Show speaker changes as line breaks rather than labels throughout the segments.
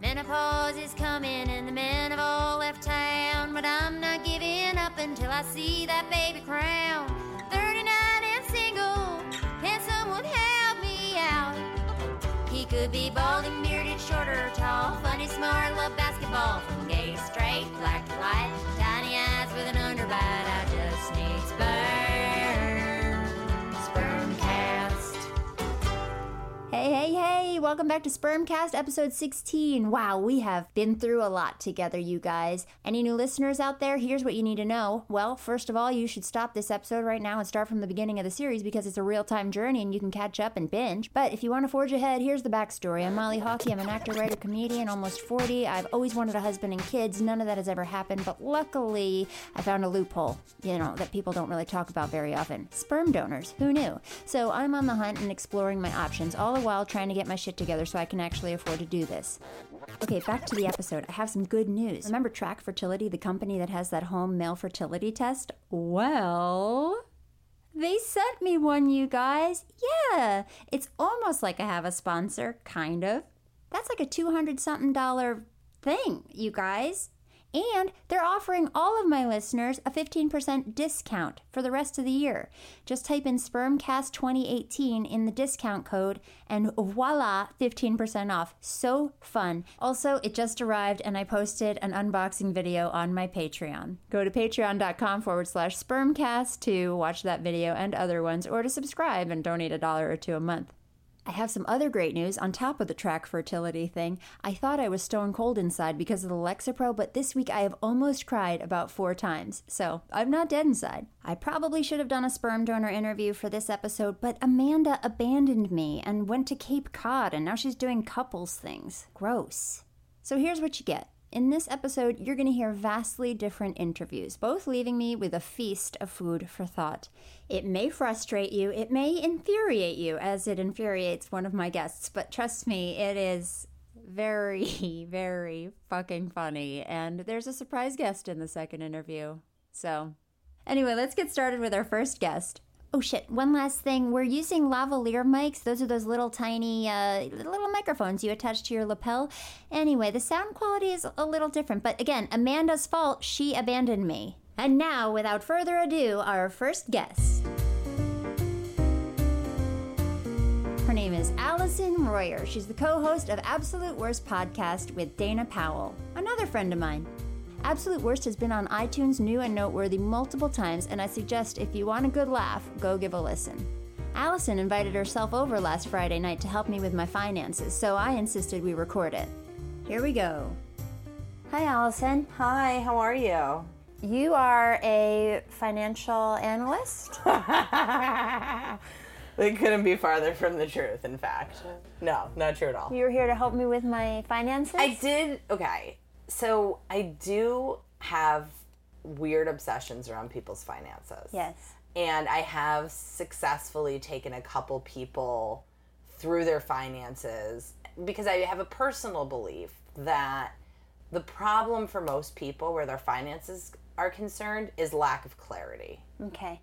Menopause is coming and the men have all left town, but I'm not giving up until I see that baby crown. 39 and single, can someone help me out? He could be bald and bearded, short or tall, funny, smart, love basketball, from gay to straight, black to white, tiny eyes with an underbite. I just need sperm, sperm cast.
Hey, hey, hey, welcome back to Spermcast episode 16. Wow, we have been through a lot together, you guys. Any new listeners out there, here's what you need to know. Well, first of all, you should stop this episode right now and start from the beginning of the series because it's a real time journey and you can catch up and binge. But if you want to forge ahead, here's the backstory. I'm Molly Hawkey. I'm an actor, writer, comedian, almost 40. I've always wanted a husband and kids. None of that has ever happened, but luckily, I found a loophole, you know, that people don't really talk about very often. Sperm donors. Who knew? So I'm on the hunt and exploring my options, all the while trying to get my shit together so I can actually afford to do this. Okay, back to the episode. I have some good news. Remember Track Fertility, the company that has that home male fertility test? Well, they sent me one, you guys. Yeah, it's almost like I have a sponsor, kind of. That's like a 200 something dollar thing, you guys. And they're offering all of my listeners a 15% discount for the rest of the year. Just type in SpermCast2018 in the discount code and voila, 15% off. So fun. Also, it just arrived and I posted an unboxing video on my Patreon. Go to patreon.com forward slash spermcast to watch that video and other ones or to subscribe and donate a dollar or two a month. I have some other great news on top of the track fertility thing. I thought I was stone cold inside because of the Lexapro, but this week I have almost cried about four times, so I'm not dead inside. I probably should have done a sperm donor interview for this episode, but Amanda abandoned me and went to Cape Cod, and now she's doing couples things. Gross. So here's what you get. In this episode, you're going to hear vastly different interviews, both leaving me with a feast of food for thought. It may frustrate you, it may infuriate you, as it infuriates one of my guests, but trust me, it is very, very fucking funny. And there's a surprise guest in the second interview. So, anyway, let's get started with our first guest. Oh shit, one last thing. We're using lavalier mics. Those are those little tiny uh, little microphones you attach to your lapel. Anyway, the sound quality is a little different, but again, Amanda's fault. She abandoned me. And now, without further ado, our first guest. Her name is Allison Royer. She's the co host of Absolute Worst Podcast with Dana Powell, another friend of mine. Absolute Worst has been on iTunes New and Noteworthy multiple times, and I suggest if you want a good laugh, go give a listen. Allison invited herself over last Friday night to help me with my finances, so I insisted we record it. Here we go. Hi, Allison.
Hi, how are you?
You are a financial analyst.
It couldn't be farther from the truth, in fact. No, not true at all.
You're here to help me with my finances.
I did, okay. So I do have weird obsessions around people's finances.
yes.
And I have successfully taken a couple people through their finances because I have a personal belief that the problem for most people where their finances are concerned is lack of clarity.
Okay.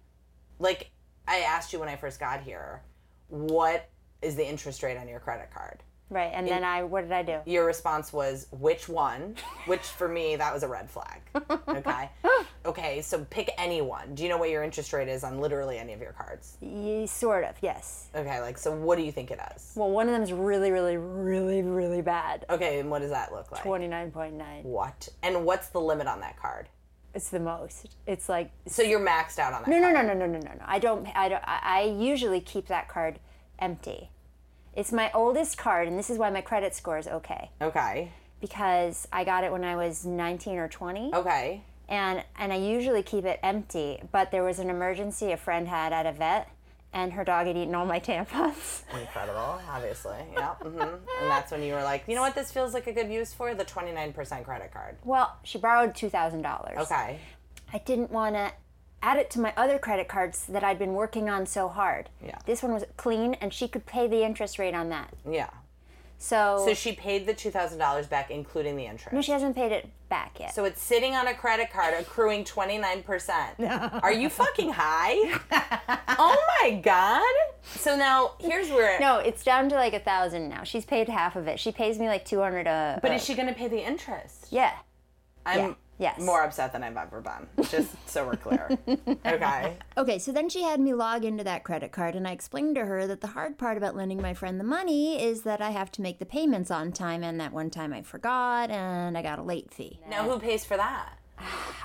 like I asked you when I first got here, what is the interest rate on your credit card?
Right. And then I, what did I do?
Your response was which one? Which for me that was a red flag. Okay. okay, so pick anyone. Do you know what your interest rate is on literally any of your cards?
You, sort of. Yes.
Okay, like so what do you think it is?
Well, one of them is really, really, really, really bad.
Okay, and what does that look like?
Twenty-nine point nine.
What? And what's the limit on that card?
It's the most. It's like
So you're maxed out on that.
no, no,
card.
no, no, no, no, no, no. I don't. I don't. I I usually keep that card empty. It's my oldest card, and this is why my credit score is okay
Okay.
because I got it when I was nineteen or twenty.
Okay.
and and I usually keep it empty. But there was an emergency a friend had at a vet, and her dog had eaten all my tampons.
Incredible, obviously. Yeah. hmm And that's when you were like, you know what, this feels like a good use for the 29% credit card.
Well, she borrowed two thousand dollars.
Okay.
I didn't want to add it to my other credit cards that I'd been working on so hard.
Yeah.
This one was clean, and she could pay the interest rate on that.
Yeah.
So,
So she paid the $2,000 back, including the interest.
no, she hasn't paid it back yet.
So it's sitting on a credit card accruing 29%. Are you fucking high? oh my God. So now here's where.
no, it's down to like a thousand now. She's paid half of it. She pays me like two hundred a.
But
a-
is she going to pay the interest?
Yeah.
I'm
Yeah, yes.
more upset than I've ever been, just so we're clear. Okay.
Okay, so then she had me log into that credit card, and I explained to her that the hard part about lending my friend the money is that I have to make the payments on time, and that one time I forgot, and I got a late fee.
Now who pays for that?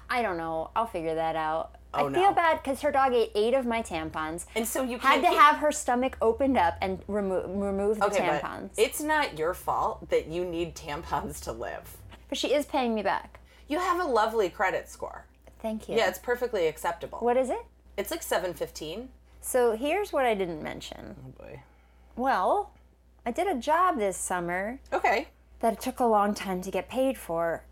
I don't know. I'll figure that out.
Oh,
I
no.
feel bad because her dog ate eight of my tampons.
And so you
had
can't
to
keep-
have her stomach opened up and remove remove the
Okay, but
tampons. But,
it's not your fault that you need tampons to live.
she is paying me back.
You have a lovely credit score.
Thank you.
Yeah, it's perfectly acceptable.
What is it?
It's like 715.
So here's what I didn't mention.
Oh boy.
Well, I did a job this summer
Okay.
that it took a long time to get paid for,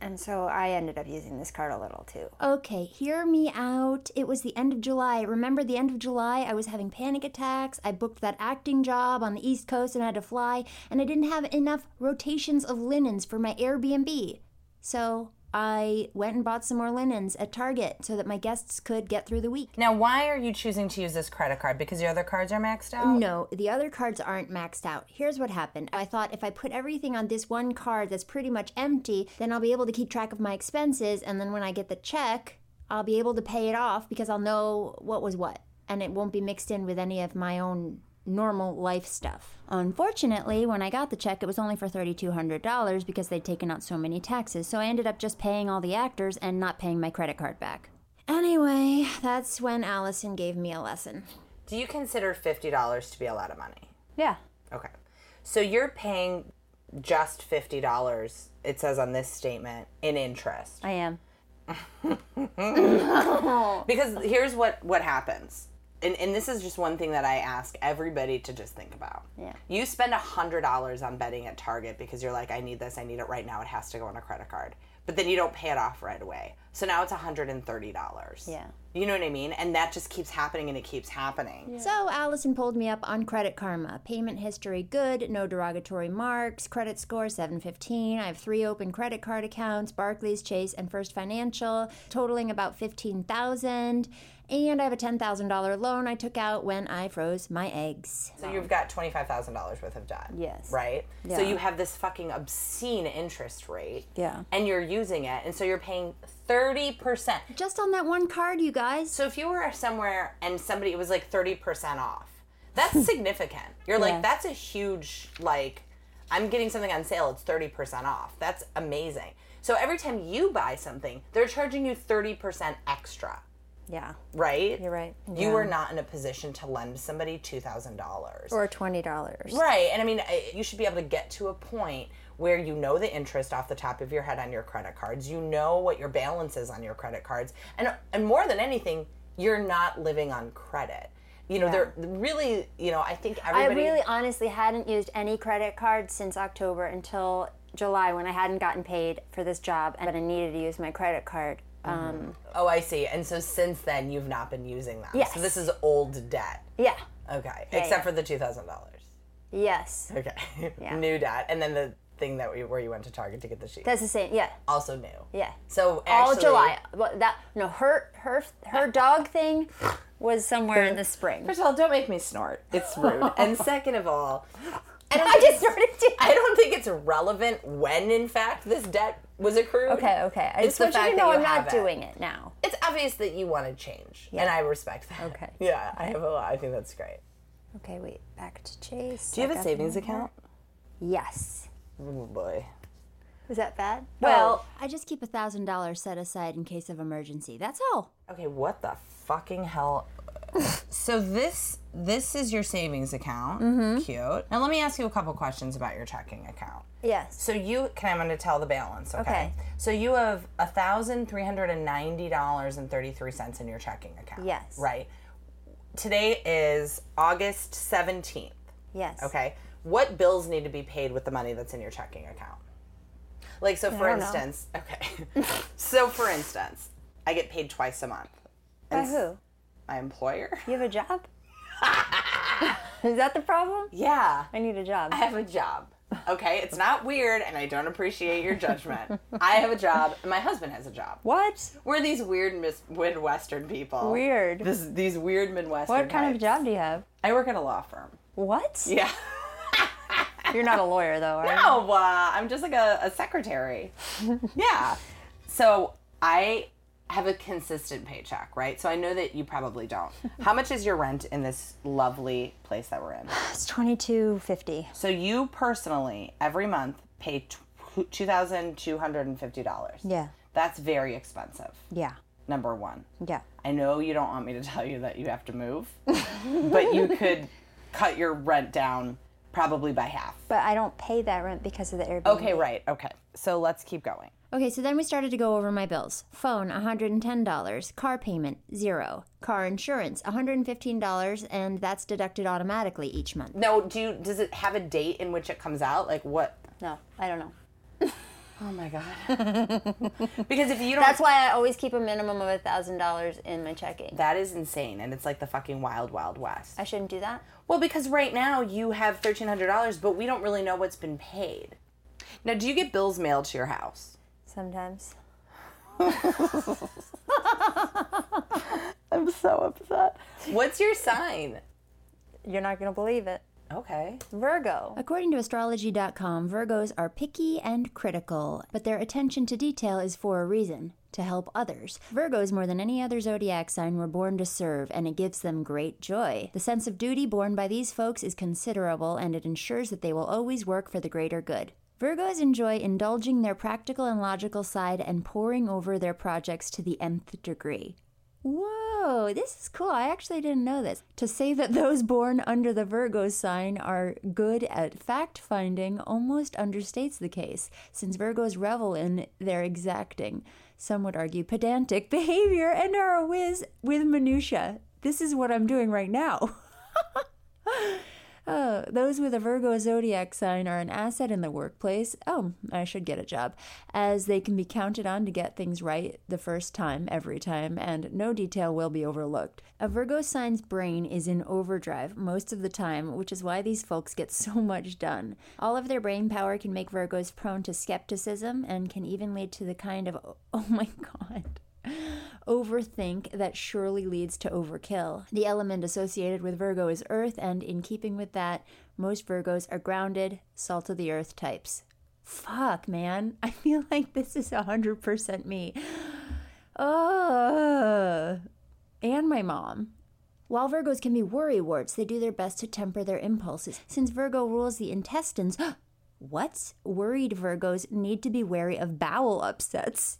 and so I ended up using this card a little too.
Okay, hear me out. It was the end of July. Remember the end of July? I was having panic attacks. I booked that acting job on the East Coast and had to fly, and I didn't have enough rotations of linens for my Airbnb. So I went and bought some more linens at Target so that my guests could get through the week.
Now, why are you choosing to use this credit card? Because your other cards are maxed out?
No, the other cards aren't maxed out. Here's what happened. I thought if I put everything on this one card that's pretty much empty, then I'll be able to keep track of my expenses. And then when I get the check, I'll be able to pay it off because I'll know what was what. And it won't be mixed in with any of my own normal life stuff. Unfortunately, when I got the check, it was only for $3,200 because they'd taken out so many taxes. So I ended up just paying all the actors and not paying my credit card back. Anyway, that's when Allison gave me a lesson.
Do you consider $50 to be a lot of money?
Yeah.
Okay. So you're paying just $50, it says on this statement, in interest.
I am.
Because here's what, what happens. And, and this is just one thing that I ask everybody to just think about. Yeah. You spend $100 on betting at Target because you're like, I need this, I need it right now, it has to go on a credit card. But then you don't pay it off right away. So now it's $130.
Yeah.
You know what I mean? And that just keeps happening and it keeps happening.
So Allison pulled me up on credit karma. Payment history good, no derogatory marks, credit score 715. I have three open credit card accounts, Barclays, Chase, and First Financial, totaling about 15,000. And I have a $10,000 loan I took out when I froze my eggs.
So you've got twenty five thousand dollars worth of debt.
Yes.
Right. So
Yeah.
you have this fucking obscene interest rate.
Yeah.
And you're using it, and so you're paying thirty percent.
Just on that one card, you guys.
So if you were somewhere and somebody it was like thirty percent off, that's significant. You're like that's a huge like. I'm getting something on sale. It's thirty percent off. That's amazing. So every time you buy something, they're charging you thirty percent extra.
Yeah.
Right.
You're right.
You are not in a position to lend somebody two thousand dollars.
Or twenty dollars.
Right. And I mean, I- you should be able to get to a point where you know the interest off the top of your head on your credit cards. You know what your balance is on your credit cards. And and more than anything, you're not living on credit. You know, they're really, you know, I think
I
everybody
really honestly hadn't used any credit card since October until July when I hadn't gotten paid for this job and I needed to use my credit card. Um,
Oh, I see. And so since then you've not been using them.
Yes.
So this is old debt.
yeah.
Okay. Except for the two thousand dollars.
Yes.
Okay. new debt. And then the thing that we, where you went to Target to get the sheet.
That's the same. Yeah.
also new.
Yeah.
So
All
actually,
July. Well, that no her her her dog thing was somewhere in the spring.
First of all, don't make me snort. It's rude. and second of all, and
I just started to.
I don't think it's relevant when, in fact, this debt was accrued.
Okay, okay. I
It's
just
the
want you to know
fact that you
I'm not
have it.
doing it now.
It's obvious that you want to change, and I respect that.
Okay.
Yeah, I have a lot. I think that's great.
Okay, wait. Back to Chase.
Do you
I
have a
got
savings
them.
account?
Yes.
Oh boy.
Was that bad?
Well-
I just keep $1,000 set aside in case of emergency. That's all.
Okay, what the fucking hell? so this this is your savings account. Cute. Now let me ask you a couple questions about your checking account.
yes.
So you can I'm going to tell the balance, okay?
Okay.
So you have $1,390.33 in your checking account.
Yes.
Right. today is August 17th.
Yes.
Okay. What bills need to be paid with the money that's in your checking account? Like, so for
know.
instance, okay. so for instance, I get paid twice a month.
By
s-
who?
My employer?
You have a job? Is that the problem?
Yeah.
I need a job.
I have a job. Okay. It's not weird, and I don't appreciate your judgment. I have a job, and my husband has a job.
What?
We're these weird mis- Midwestern people.
Weird.
Oh, This, these weird Midwestern
what kind of
types.
job do you have?
I work at a law firm.
What?
Yeah.
You're not a lawyer though, are you?
No, uh, I'm just like a, a secretary. yeah. So I have a consistent paycheck, right? So I know that you probably don't. How much is your rent in this lovely place that we're in?
It's twenty two fifty.
So you personally, every month, pay tw- $2,250.
Yeah.
That's very expensive,
Yeah.
number one.
Yeah.
I know you don't want me to tell you that you have to move, but you could cut your rent down probably by half.
But I don't pay that rent because of the Airbnb.
Okay, right. Okay. So let's keep going.
Okay, so then we started to go over my bills. Phone, $110. Car payment, zero. Car insurance, $115, and that's deducted automatically each month.
No, do you, does it have a date in which it comes out? Like what?
No, I don't know.
Oh my god! because if you don't,
That's why I always keep a minimum of a thousand dollars in my checking.
that is insane, and it's like the fucking wild, wild west.
I shouldn't do that.
Well, because right now you have thirteen hundred dollars, but we don't really know what's been paid. Now, do you get bills mailed to your house?
Sometimes.
I'm so upset. What's your sign?
You're not gonna believe it.
Okay.
Virgo.
According to astrology.com, Virgos are picky and critical, but their attention to detail is for a reason to help others. Virgos, more than any other zodiac sign, were born to serve, and it gives them great joy. The sense of duty borne by these folks is considerable, and it ensures that they will always work for the greater good. Virgos enjoy indulging their practical and logical side and poring over their projects to the nth degree. Whoa, this is cool. I actually didn't know this. To say that those born under the Virgo sign are good at fact finding almost understates the case, since Virgos revel in their exacting, some would argue pedantic behavior, and are a whiz with minutiae. This is what I'm doing right now. Oh, those with a Virgo zodiac sign are an asset in the workplace. Oh, I should get a job, as they can be counted on to get things right the first time, every time, and no detail will be overlooked. A Virgo sign's brain is in overdrive most of the time, which is why these folks get so much done. All of their brain power can make Virgos prone to skepticism and can even lead to the kind of, oh my god overthink that surely leads to overkill. The element associated with Virgo is earth, and in keeping with that, most Virgos are grounded, salt of the earth types. Fuck, man. I feel like this is 100% me. Oh, and my mom. While Virgos can be worrywarts, they do their best to temper their impulses. Since Virgo rules the intestines, what? Worried Virgos need to be wary of bowel upsets.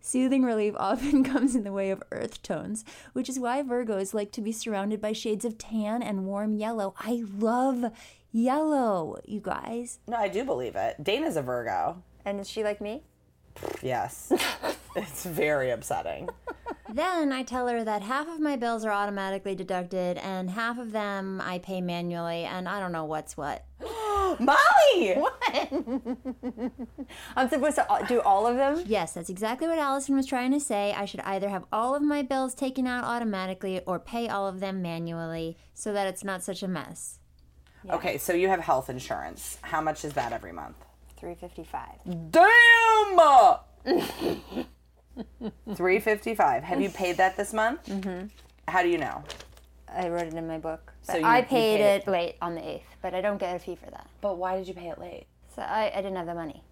Soothing relief often comes in the way of earth tones, which is why Virgos like to be surrounded by shades of tan and warm yellow. I love yellow, you guys.
No, I do believe it. Dana's a Virgo.
And is she like me?
Yes. it's very upsetting.
Then I tell her that half of my bills are automatically deducted and half of them I pay manually, and I don't know what's what.
Molly.
I'm supposed to uh, do all of them?
Yes, that's exactly what Allison was trying to say. I should either have all of my bills taken out automatically or pay all of them manually so that it's not such a mess.
Okay, so you have health insurance. How much is that every month?
355.
Damn! 355. Have you paid that this month? Mm-hmm. How do you know?
I wrote it in my book. But
So you-
I
you
paid,
paid
it late on the 8th, but I don't get a fee for that.
But why did you pay it late?
So I, I didn't have the money.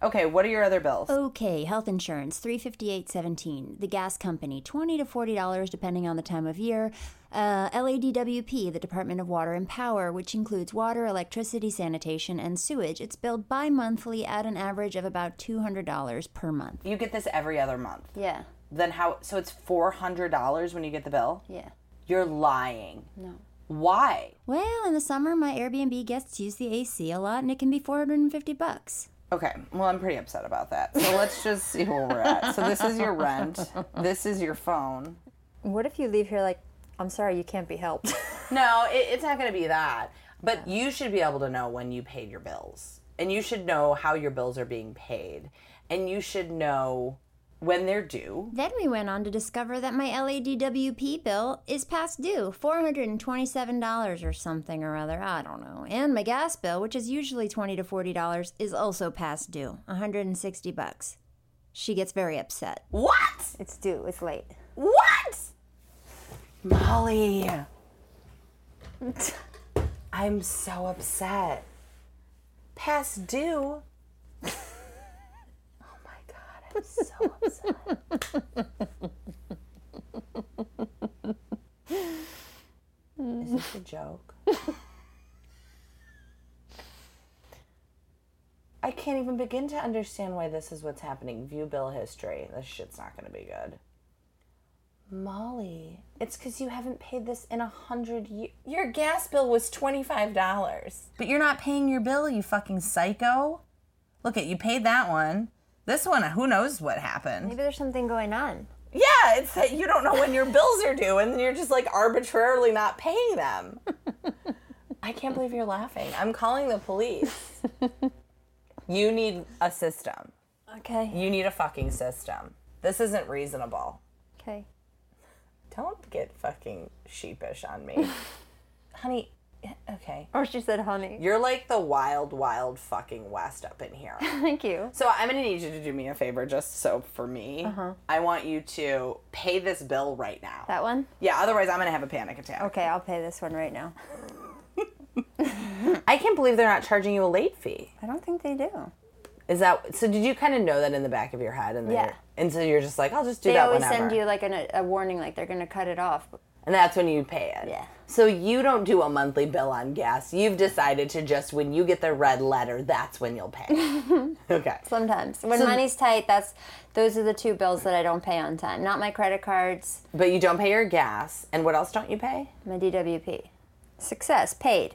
Okay, what are your other bills?
Okay, health insurance, three fifty eight seventeen. The gas company, twenty to forty dollars depending on the time of year. Uh, LADWP, the Department of Water and Power, which includes water, electricity, sanitation, and sewage. It's billed bi monthly at an average of about two hundred dollars per month.
You get this every other month.
Yeah,
Then how? So it's $400 when you get the bill?
yeah.
You're lying. No. Why?
Well, in the summer, my Airbnb guests use the AC a lot, and it can be four hundred and fifty bucks.
Okay. Well, I'm pretty upset about that. So let's just see where we're at. So this is your rent. This is your phone.
What if you leave here like, I'm sorry, you can't be helped?
No, it, it's not going to be that. But you should be able to know when you paid your bills. And you should know how your bills are being paid. And you should know when they're due.
Then we went on to discover that my LADWP bill is past due, $427 or something or other, I don't know. And my gas bill, which is usually 20 to $40, is also past due, 160 bucks. She gets very upset.
What?
it's due, it's late.
What? Molly. I'm so upset. Past due. oh my god, I'm so upset. Is this a joke? I can't even begin to understand why this is what's happening. View bill history. This shit's not gonna be good. Molly, it's because you haven't paid this in a hundred years. Your gas bill was $25, but you're not paying your bill, you fucking psycho. Look at you paid that one. This one, who knows what happened?
Mm.
Maybe there's something going on.
Yeah, it's that you don't know when your bills are due and you're just like arbitrarily not paying them. I can't believe you're laughing. I'm calling the police. you need a system.
Okay.
You need a fucking system. This isn't reasonable.
Okay.
Don't get fucking sheepish on me. Honey, okay.
Or she said, honey.
You're like the wild, wild fucking West up in here.
Thank you.
so I'm gonna need you to do me a favor just so for me. I want you to pay this bill right now.
That one?
yeah, otherwise I'm gonna have a panic attack.
Okay, I'll pay this one right now.
I can't believe they're not charging you a late fee.
I don't think they do.
Is that so? Did you kind of know that in the back of your head? And then
Yeah.
you're- And so you're just like, I'll just do
They
that
always
whenever.
send you like an, a warning, like they're gonna cut it off.
and that's when you pay it.
Yeah.
So you don't do a monthly bill on gas. You've decided to just when you get the red letter, that's when you'll pay. okay.
Sometimes when money's tight, that's those are the two bills that I don't pay on time. Not my credit cards,
But you don't pay your gas. And what else don't you pay?
my DWP. Success paid.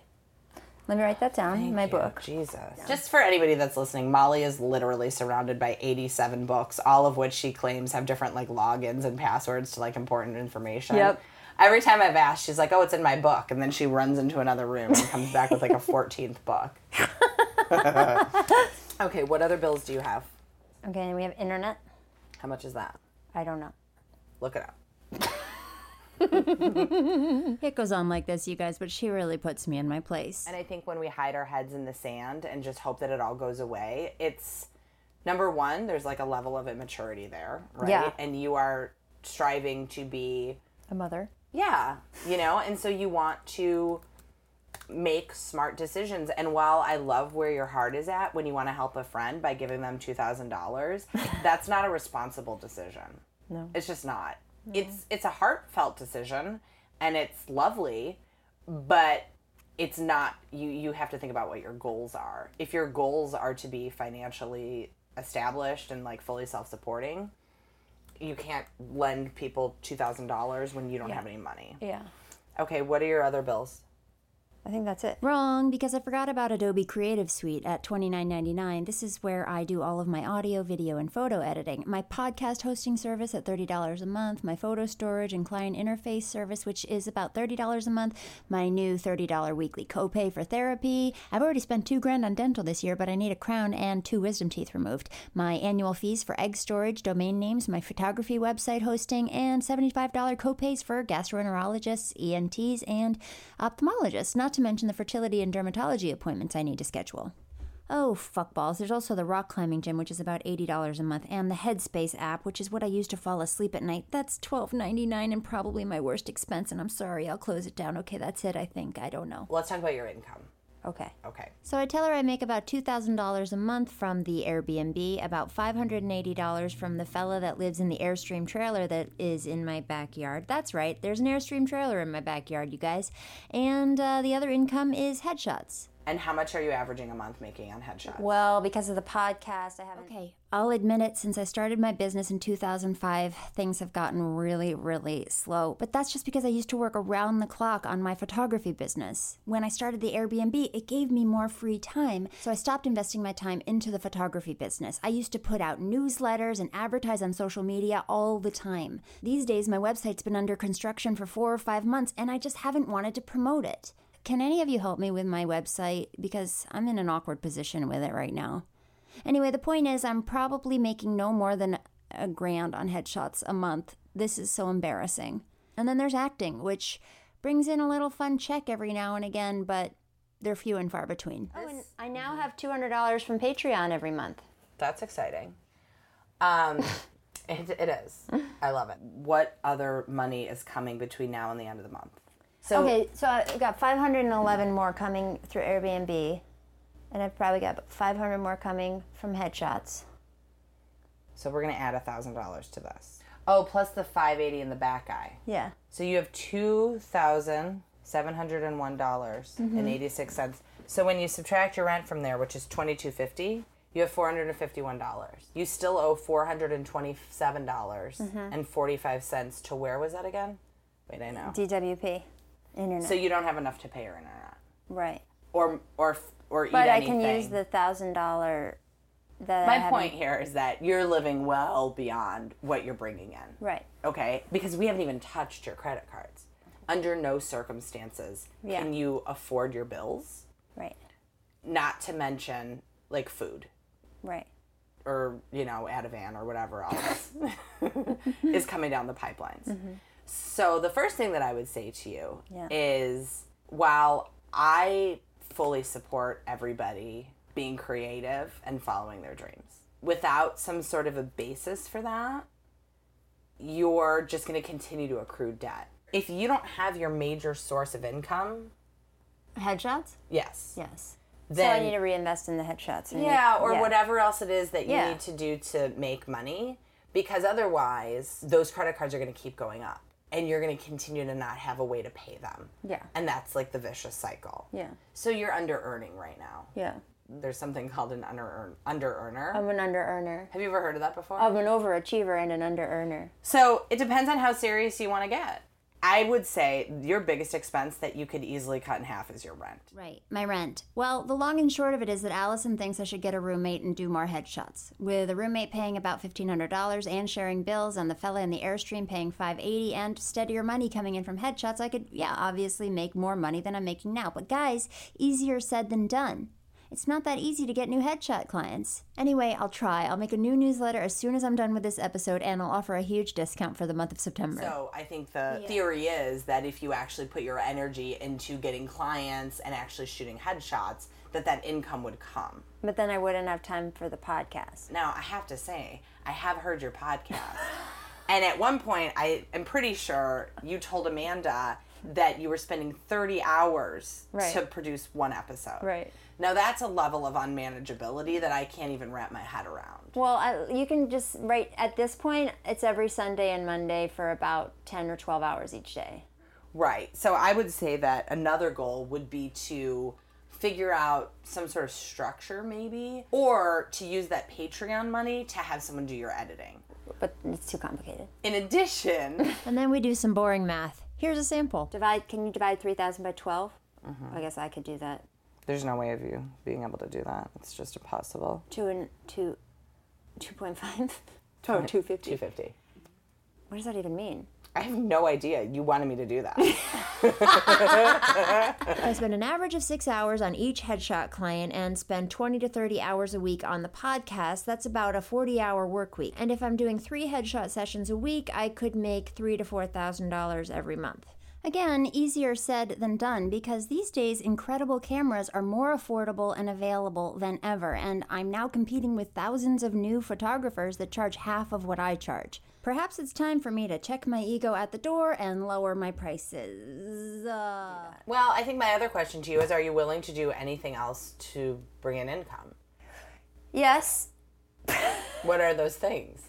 Let me write that down. in my book.
Jesus. Just for anybody that's listening, Molly is literally surrounded by 87 books, all of which she claims have different like logins and passwords to like important information.
Yep.
Every time I've asked, she's like, "Oh, it's in my book," and then she runs into another room and comes back with like a 14th book. okay, what other bills do you have?
Okay, and we have internet.
How much is that?
I don't know.
Look it up.
It goes on like this, you guys, but she really puts me in my place.
And I think when we hide our heads in the sand and just hope that it all goes away, it's number one, there's like a level of immaturity there, right?
Yeah.
And you are striving to be,
A mother.
yeah, you know, and so you want to make smart decisions. And while I love where your heart is at when you want to help a friend by giving them $2,000, that's not a responsible decision. No. It's just not. It's it's a heartfelt decision and it's lovely, but it's not you you have to think about what your goals are if your goals are to be financially established and like fully self-supporting you can't lend people $2000 when you don't have any money
Yeah.
okay what are your other bills
I think that's it.
Wrong, because I forgot about Adobe Creative Suite at $29.99. This is where I do all of my audio, video, and photo editing. My podcast hosting service at $30 a month, my photo storage and client interface service, which is about $30 a month, my new $30 weekly copay for therapy. I've already spent two grand on dental this year, but I need a crown and two wisdom teeth removed. My annual fees for egg storage, domain names, my photography website hosting, and $75 copays for gastroenterologists, ENTs, and ophthalmologists, not to mention the fertility and dermatology appointments I need to schedule. Oh, fuck balls. There's also the rock climbing gym, which is about $80 a month, and the Headspace app, which is what I use to fall asleep at night. That's $12.99 and probably my worst expense, and I'm sorry, I'll close it down. Okay, that's it, I think. I don't know.
let's talk about your income
Okay.
okay
So I tell her I make about $2,000 a month from the Airbnb, about $580 from the fella that lives in the Airstream trailer that is in my backyard. That's right, there's an Airstream trailer in my backyard, you guys. And uh, the other income is headshots.
And how much are you averaging a month making on headshots?
Well, because of the podcast, I haven't.
Okay, I'll admit it, since I started my business in 2005, things have gotten really, really slow. But that's just because I used to work around the clock on my photography business. When I started the Airbnb, it gave me more free time, so I stopped investing my time into the photography business. I used to put out newsletters and advertise on social media all the time. These days, my website's been under construction for four or five months, and I just haven't wanted to promote it. Can any of you help me with my website? Because I'm in an awkward position with it right now. Anyway, the point is, I'm probably making no more than a grand on headshots a month. This is so embarrassing. And then there's acting, which brings in a little fun check every now and again, but they're few and far between.
Oh, and I now have two hundred dollars from Patreon every month.
That's exciting. Um, it, it is. I love it. What other money is coming between now and the end of the month?
So, okay, so I've got five hundred and eleven more coming through Airbnb, and I've probably got five hundred more coming from headshots.
So we're gonna add a thousand dollars to this. Oh, plus the five eighty in the back eye.
Yeah.
So you have two thousand seven hundred and one dollars
Mm-hmm.
and eighty six cents. So when you subtract your rent from there, which is twenty two fifty, you have four hundred and fifty one dollars. You still owe four hundred and twenty seven dollars
Mm-hmm.
and forty five cents to where was that again? Wait, I know.
DWP, internet.
So you don't have enough to pay your internet
right.
or or or eat
But I
anything.
can use the thousand dollar. That I
My
haven't-
point here is that you're living well beyond what you're bringing in.
Right.
okay? Because we haven't even touched your credit cards. Under no circumstances
Yeah.
can you afford your bills,
Right.
not to mention like food
Right.
or, you know, Ativan or whatever else is coming down the pipelines.
Mm-hmm.
So the first thing that I would say to you is while I fully support everybody being creative and following their dreams, without some sort of a basis for that, you're just going to continue to accrue debt. If you don't have your major source of income,
Headshots.
yes,
Yes.
then
so I need to reinvest in the headshots. and
yeah, or
yeah.
whatever else it is that you
Yeah.
need to do to make money, because otherwise those credit cards are going to keep going up, and you're going to continue to not have a way to pay them.
Yeah.
and that's like the vicious cycle.
Yeah.
So you're under earning right now.
Yeah.
There's something called an under earn under earner.
I'm an under earner.
have you ever heard of that before?
I'm an overachiever and an under earner.
So it depends on how serious you want to get. I would say your biggest expense that you could easily cut in half is your rent.
Right, my rent. Well, the long and short of it is that Allison thinks I should get a roommate and do more headshots. With a roommate paying about $1,500 and sharing bills, and the fella in the Airstream paying 580 and steadier money coming in from headshots, I could, yeah, obviously make more money than I'm making now. But guys, easier said than done. It's not that easy to get new headshot clients. Anyway, I'll try. I'll make a new newsletter as soon as I'm done with this episode, and I'll offer a huge discount for the month of September.
So I think the theory is that if you actually put your energy into getting clients and actually shooting headshots, that that income would come.
But then I wouldn't have time for the podcast.
Now I have to say, I have heard your podcast, and at one point, I am pretty sure you told Amanda that you were spending 30 hours
Right.
to produce one episode.
Right.
Now that's a level of unmanageability that I can't even wrap my head around.
Well, I, you can just write at this point. It's every Sunday and Monday for about ten or twelve hours each day.
Right. So I would say that another goal would be to figure out some sort of structure, maybe, or to use that Patreon money to have someone do your editing.
But it's too complicated.
In addition,
and then we do some boring math. Here's a sample.
Divide. Can you divide three thousand by 12 I guess I could do that.
there's no way of you being able to do that. It's just impossible.
Two and two, two point five.
Oh, 250. 250.
What does that even mean?
I have no idea you wanted me to do that.
I spend an average of six hours on each headshot client and spend 20 to 30 hours a week on the podcast. That's about a 40 hour work week. And if I'm doing three headshot sessions a week, I could make three to four thousand dollars every month. Again, easier said than done because these days incredible cameras are more affordable and available than ever, and I'm now competing with thousands of new photographers that charge half of what I charge. Perhaps it's time for me to check my ego at the door and lower my prices. Uh,
well, I think my other question to you is are you willing to do anything else to bring in income?
Yes.
What are those things?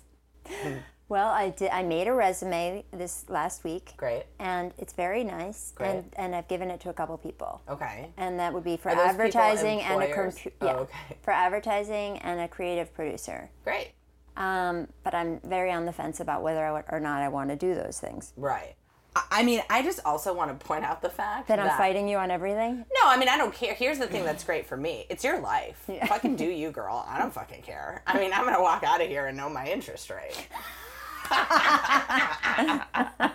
Well, I did. I made a resume this last week.
Great.
And it's very nice.
Great.
And and I've given it to a couple people.
Okay.
And that would be for
those people
advertising and a
employers?
compu-
Oh,
yeah,
okay.
for advertising and a creative producer.
Great.
Um, but I'm very on the fence about whether I would, or not I want to do those things.
Right. I- I mean, I just also want to point out the fact
That I'm fighting you on everything.
No, I mean, I don't care. Here's the thing that's great for me it's your life. Fucking do you, girl. I don't fucking care. I mean, I'm going to walk out of here and know my interest rate.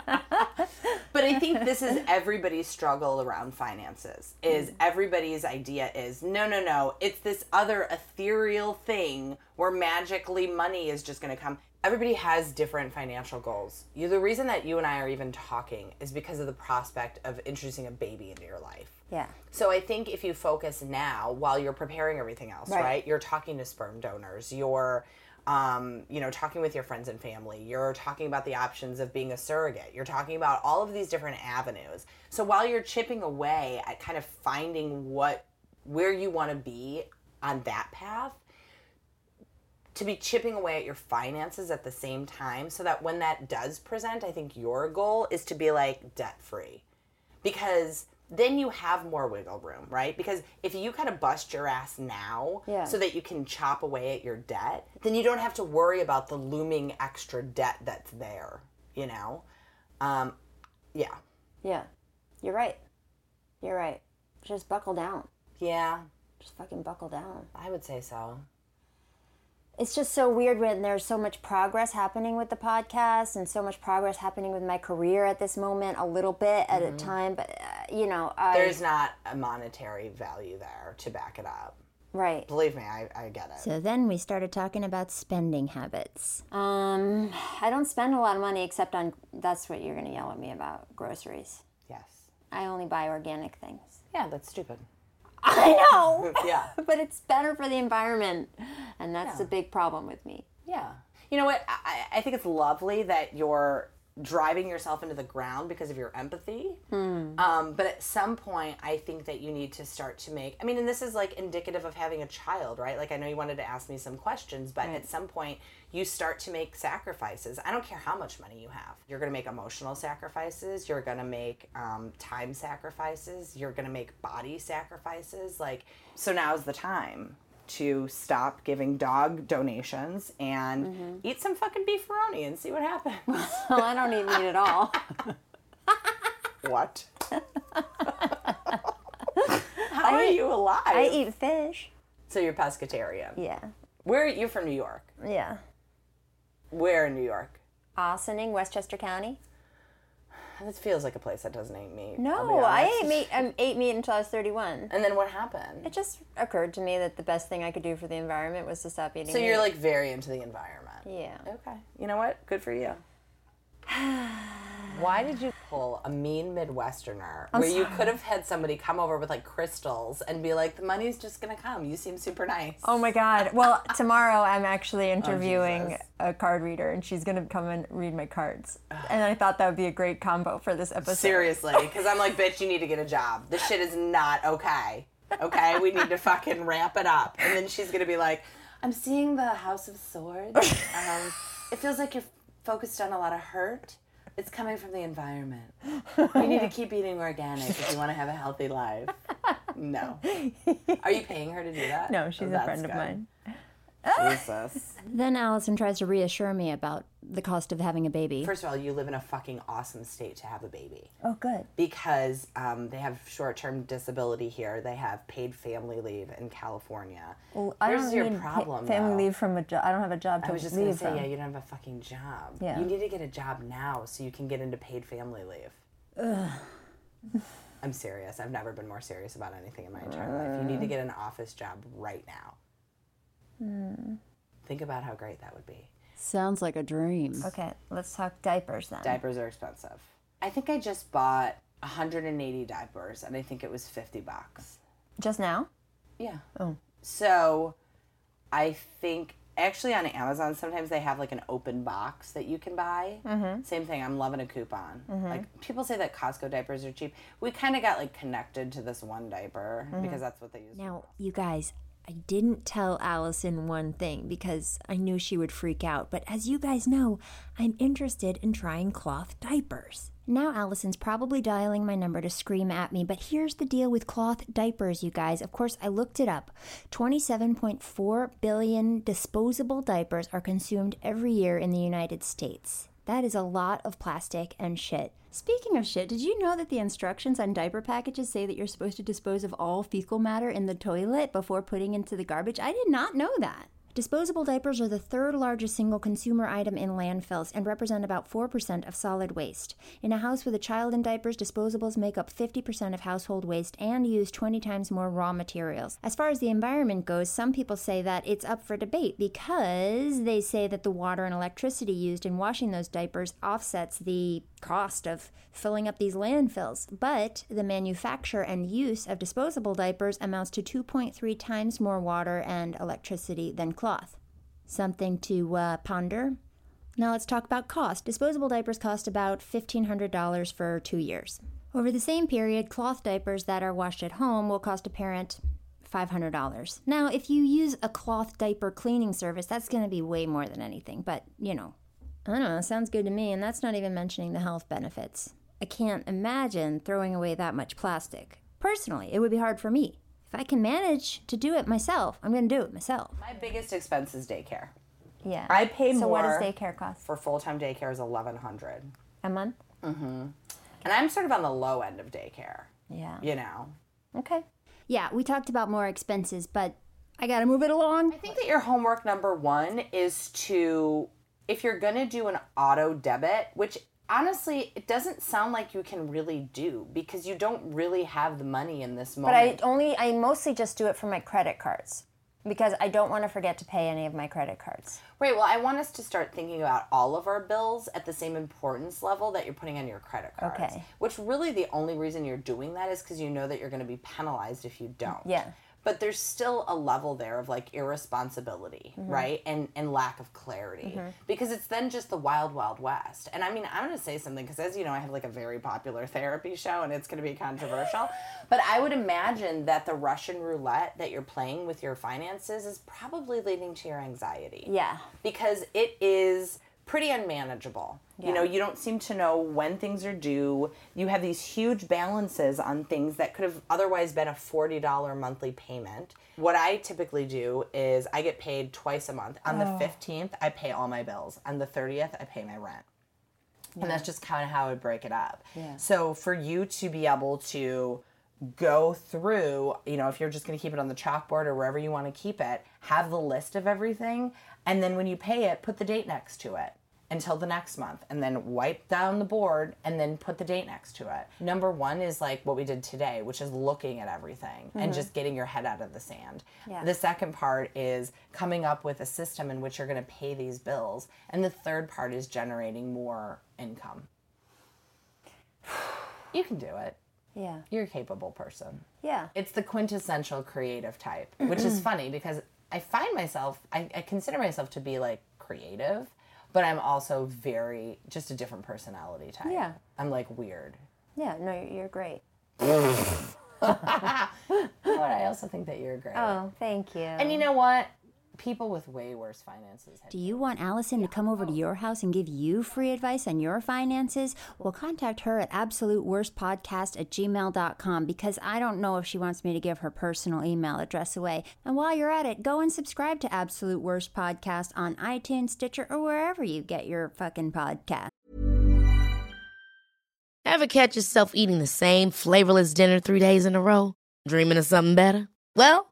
but I think this is everybody's struggle around finances. Is everybody's idea is no, no, no. It's this other ethereal thing where magically money is just going to come. Everybody has different financial goals. You, the reason that you and I are even talking is because of the prospect of introducing a baby into your life.
Yeah.
So I think if you focus now while you're preparing everything else, right? You're talking to sperm donors, you're um, you know, talking with your friends and family, you're talking about the options of being a surrogate, you're talking about all of these different avenues. So while you're chipping away at kind of finding what where you want to be on that path, to be chipping away at your finances at the same time so that when that does present, I think your goal is to be like debt free because then you have more wiggle room, right? Because if you kind of bust your ass now
Yeah.
so that you can chop away at your debt, then you don't have to worry about the looming extra debt that's there, you know? Um, yeah.
Yeah. You're right. You're right. Just buckle down.
Yeah,
Just fucking buckle down.
I would say so.
it's just so weird when there's so much progress happening with the podcast and so much progress happening with my career at this moment a little bit at a time but uh, you know I,
There's not a monetary value there to back it up.
right
Believe me, I, I get it.
So then we started talking about spending habits.
um i don't spend a lot of money except on that's what you're gonna yell at me about groceries
Yes.
i only buy organic things
Yeah, that's stupid.
i know
Yeah.
but it's better for the environment and that's the big problem with me
Yeah. You know what? I, I I think it's lovely that you're driving yourself into the ground because of your empathy. Um, but at some point, I think that you need to start to make. I mean, and this is like indicative of having a child, right? Like, I know you wanted to ask me some questions, but at some point, you start to make sacrifices. I don't care how much money you have. You're going to make emotional sacrifices. You're going to make um, time sacrifices. You're going to make body sacrifices. Like, so now's the time to stop giving dog donations and eat some fucking beefaroni and see what happens.
well i don't need meat at all
what? How are you alive?
i eat fish
So you're pescatarian.
yeah
Where you're from New York?
yeah
Where in New York?
Ossining, Westchester County.
This feels like a place that doesn't eat meat. I'll be
No, I
honest.
ate meat. I ate meat until I was thirty-one.
And then what happened?
It just occurred to me that the best thing I could do for the environment was to stop eating.
So you're
meat.
like very into the environment.
yeah.
Okay. You know what? Good for you. Why did you pull a mean Midwesterner where you could have had somebody come over with like crystals and be like, the money's just gonna come. You seem super nice.
Oh my God. Well, tomorrow I'm actually interviewing a card reader, and she's gonna come and read my cards. And I thought that would be a great combo for this episode.
Seriously, because I'm like, bitch, you need to get a job. This shit is not okay. Okay, we need to fucking wrap it up. And then she's gonna be like, I'm seeing the House of Swords. Um, it feels like you're focused on a lot of hurt. It's coming from the environment. You need to keep eating organic if you want to have a healthy life. No. Are you paying her to do that? Oh,
No, she's a
That's
friend of
good.
mine.
Jesus.
Then Allison tries to reassure me about the cost of having a baby.
First of all, you live in a fucking awesome state to have a baby.
Oh, good.
because um, they have short-term disability here. They have paid family leave in California.
I
Here's
don't
your
need pa-
problem,
family
though.
leave from a job. I don't have a job to
I was just
leave
gonna say,
from.
yeah, you don't have a fucking job.
Yeah.
You need to get a job now so you can get into paid family leave. I'm serious. I've never been more serious about anything in my entire life. You need to get an office job right now.
Hmm.
Think about how great that would be.
Sounds like a dream.
Okay, let's talk diapers then.
Diapers are expensive. I think I just bought 180 diapers and I think it was 50 bucks.
just now?
Yeah. Oh. So I think actually on Amazon sometimes they have like an open box that you can buy. Mm-hmm. Same thing. I'm loving a coupon. Like people say that Costco diapers are Mm-hmm. cheap. We kind of got like connected to this one diaper because that's what they use.
Now, you guys,
I didn't tell Allison one thing because I knew she would freak out. But as you guys know, I'm interested in trying cloth diapers.
Now Allison's probably dialing my number to scream at me, but here's the deal with cloth diapers, you guys. Of course, I looked it up. 27.4 billion disposable diapers are consumed every year in the United States. That is a lot of plastic and shit.
Speaking of shit, did you know that the instructions on diaper packages say that you're supposed to dispose of all fecal matter in the toilet before putting into the garbage? I did not know that.
Disposable diapers are the third largest single consumer item in landfills and represent about 4% of solid waste. In a house with a child in diapers, disposables make up 50% of household waste and use 20 times more raw materials. As far as the environment goes, some people say that it's up for debate because they say that the water and electricity used in washing those diapers offsets the cost of filling up these landfills. But the manufacture and use of disposable diapers amounts to 2.3 times more water and electricity than cloth. Something to uh, ponder. Now let's talk about cost. Disposable diapers cost about $1,500 for two years. Over the same period, cloth diapers that are washed at home will cost a parent $500. Now, if you use a cloth diaper cleaning service, that's going to be way more than anything, but you know, I don't know, sounds good to me, and that's not even mentioning the health benefits. I can't imagine throwing away that much plastic. Personally, it would be hard for me. If I can manage to do it myself, I'm going to do it myself.
My biggest expense is daycare.
Yeah.
I pay
so
more
what does daycare cost?
for full time daycare is eleven hundred,
A month?
and I'm sort of on the low end of daycare.
Yeah.
You know,
Okay.
Yeah, we talked about more expenses, but I gotta move it along.
I think that your homework number one is to, if you're going to do an auto debit, which honestly, it doesn't sound like you can really do because you don't really have the money in this
But I
moment.
only I mostly just do it for my credit cards because I don't want to forget to pay any of my credit cards.
right. Well, I want us to start thinking about all of our bills at the same importance level that you're putting on your credit cards.
Okay.
Which really the only reason you're doing that is because you know that you're going to be penalized if you don't.
Yeah.
But there's still a level there of like irresponsibility,
Mm-hmm.
right? And and lack of clarity because it's then just the wild wild west. And I mean, I'm going to say something because as you know, I have like a very popular therapy show and it's going to be controversial, but I would imagine that the Russian roulette that you're playing with your finances is probably leading to your anxiety
Yeah.
because it is pretty unmanageable. You know, you don't seem to know when things are due. You have these huge balances on things that could have otherwise been a $40 monthly payment. What I typically do is I get paid twice a month. On the 15th, I pay all my bills. On the 30th, I pay my rent. And that's just kind of how I would break it up. So for you to be able to go through, you know, if you're just going to keep it on the chalkboard or wherever you want to keep it, have the list of everything. And then when you pay it, put the date next to it until the next month. And then wipe down the board and then put the date next to it. Number one is like what we did today, which is looking at everything and just getting your head out of the sand. The second part is coming up with a system in which you're going to pay these bills. And the third part is generating more income. You can do it.
Yeah.
You're a capable person.
Yeah.
It's the quintessential creative type, which is
Mm-hmm.
funny because I find myself, I, I consider myself to be like creative, but I'm also very, just a different personality type.
Yeah.
I'm like weird.
Yeah, no, you're- you're great.
but I also think that you're great.
Oh, thank you.
And you know what? People with way worse finances.
Do you want Allison to come over to your house and give you free advice on your finances? Well, contact her at absoluteworstpodcast at gmail.com because I don't know if she wants me to give her personal email address away. And while you're at it, go and subscribe to Absolute Worst Podcast on iTunes, Stitcher, or wherever you get your fucking podcast.
Ever catch yourself eating the same flavorless dinner three days in a row? Dreaming of something better? Well,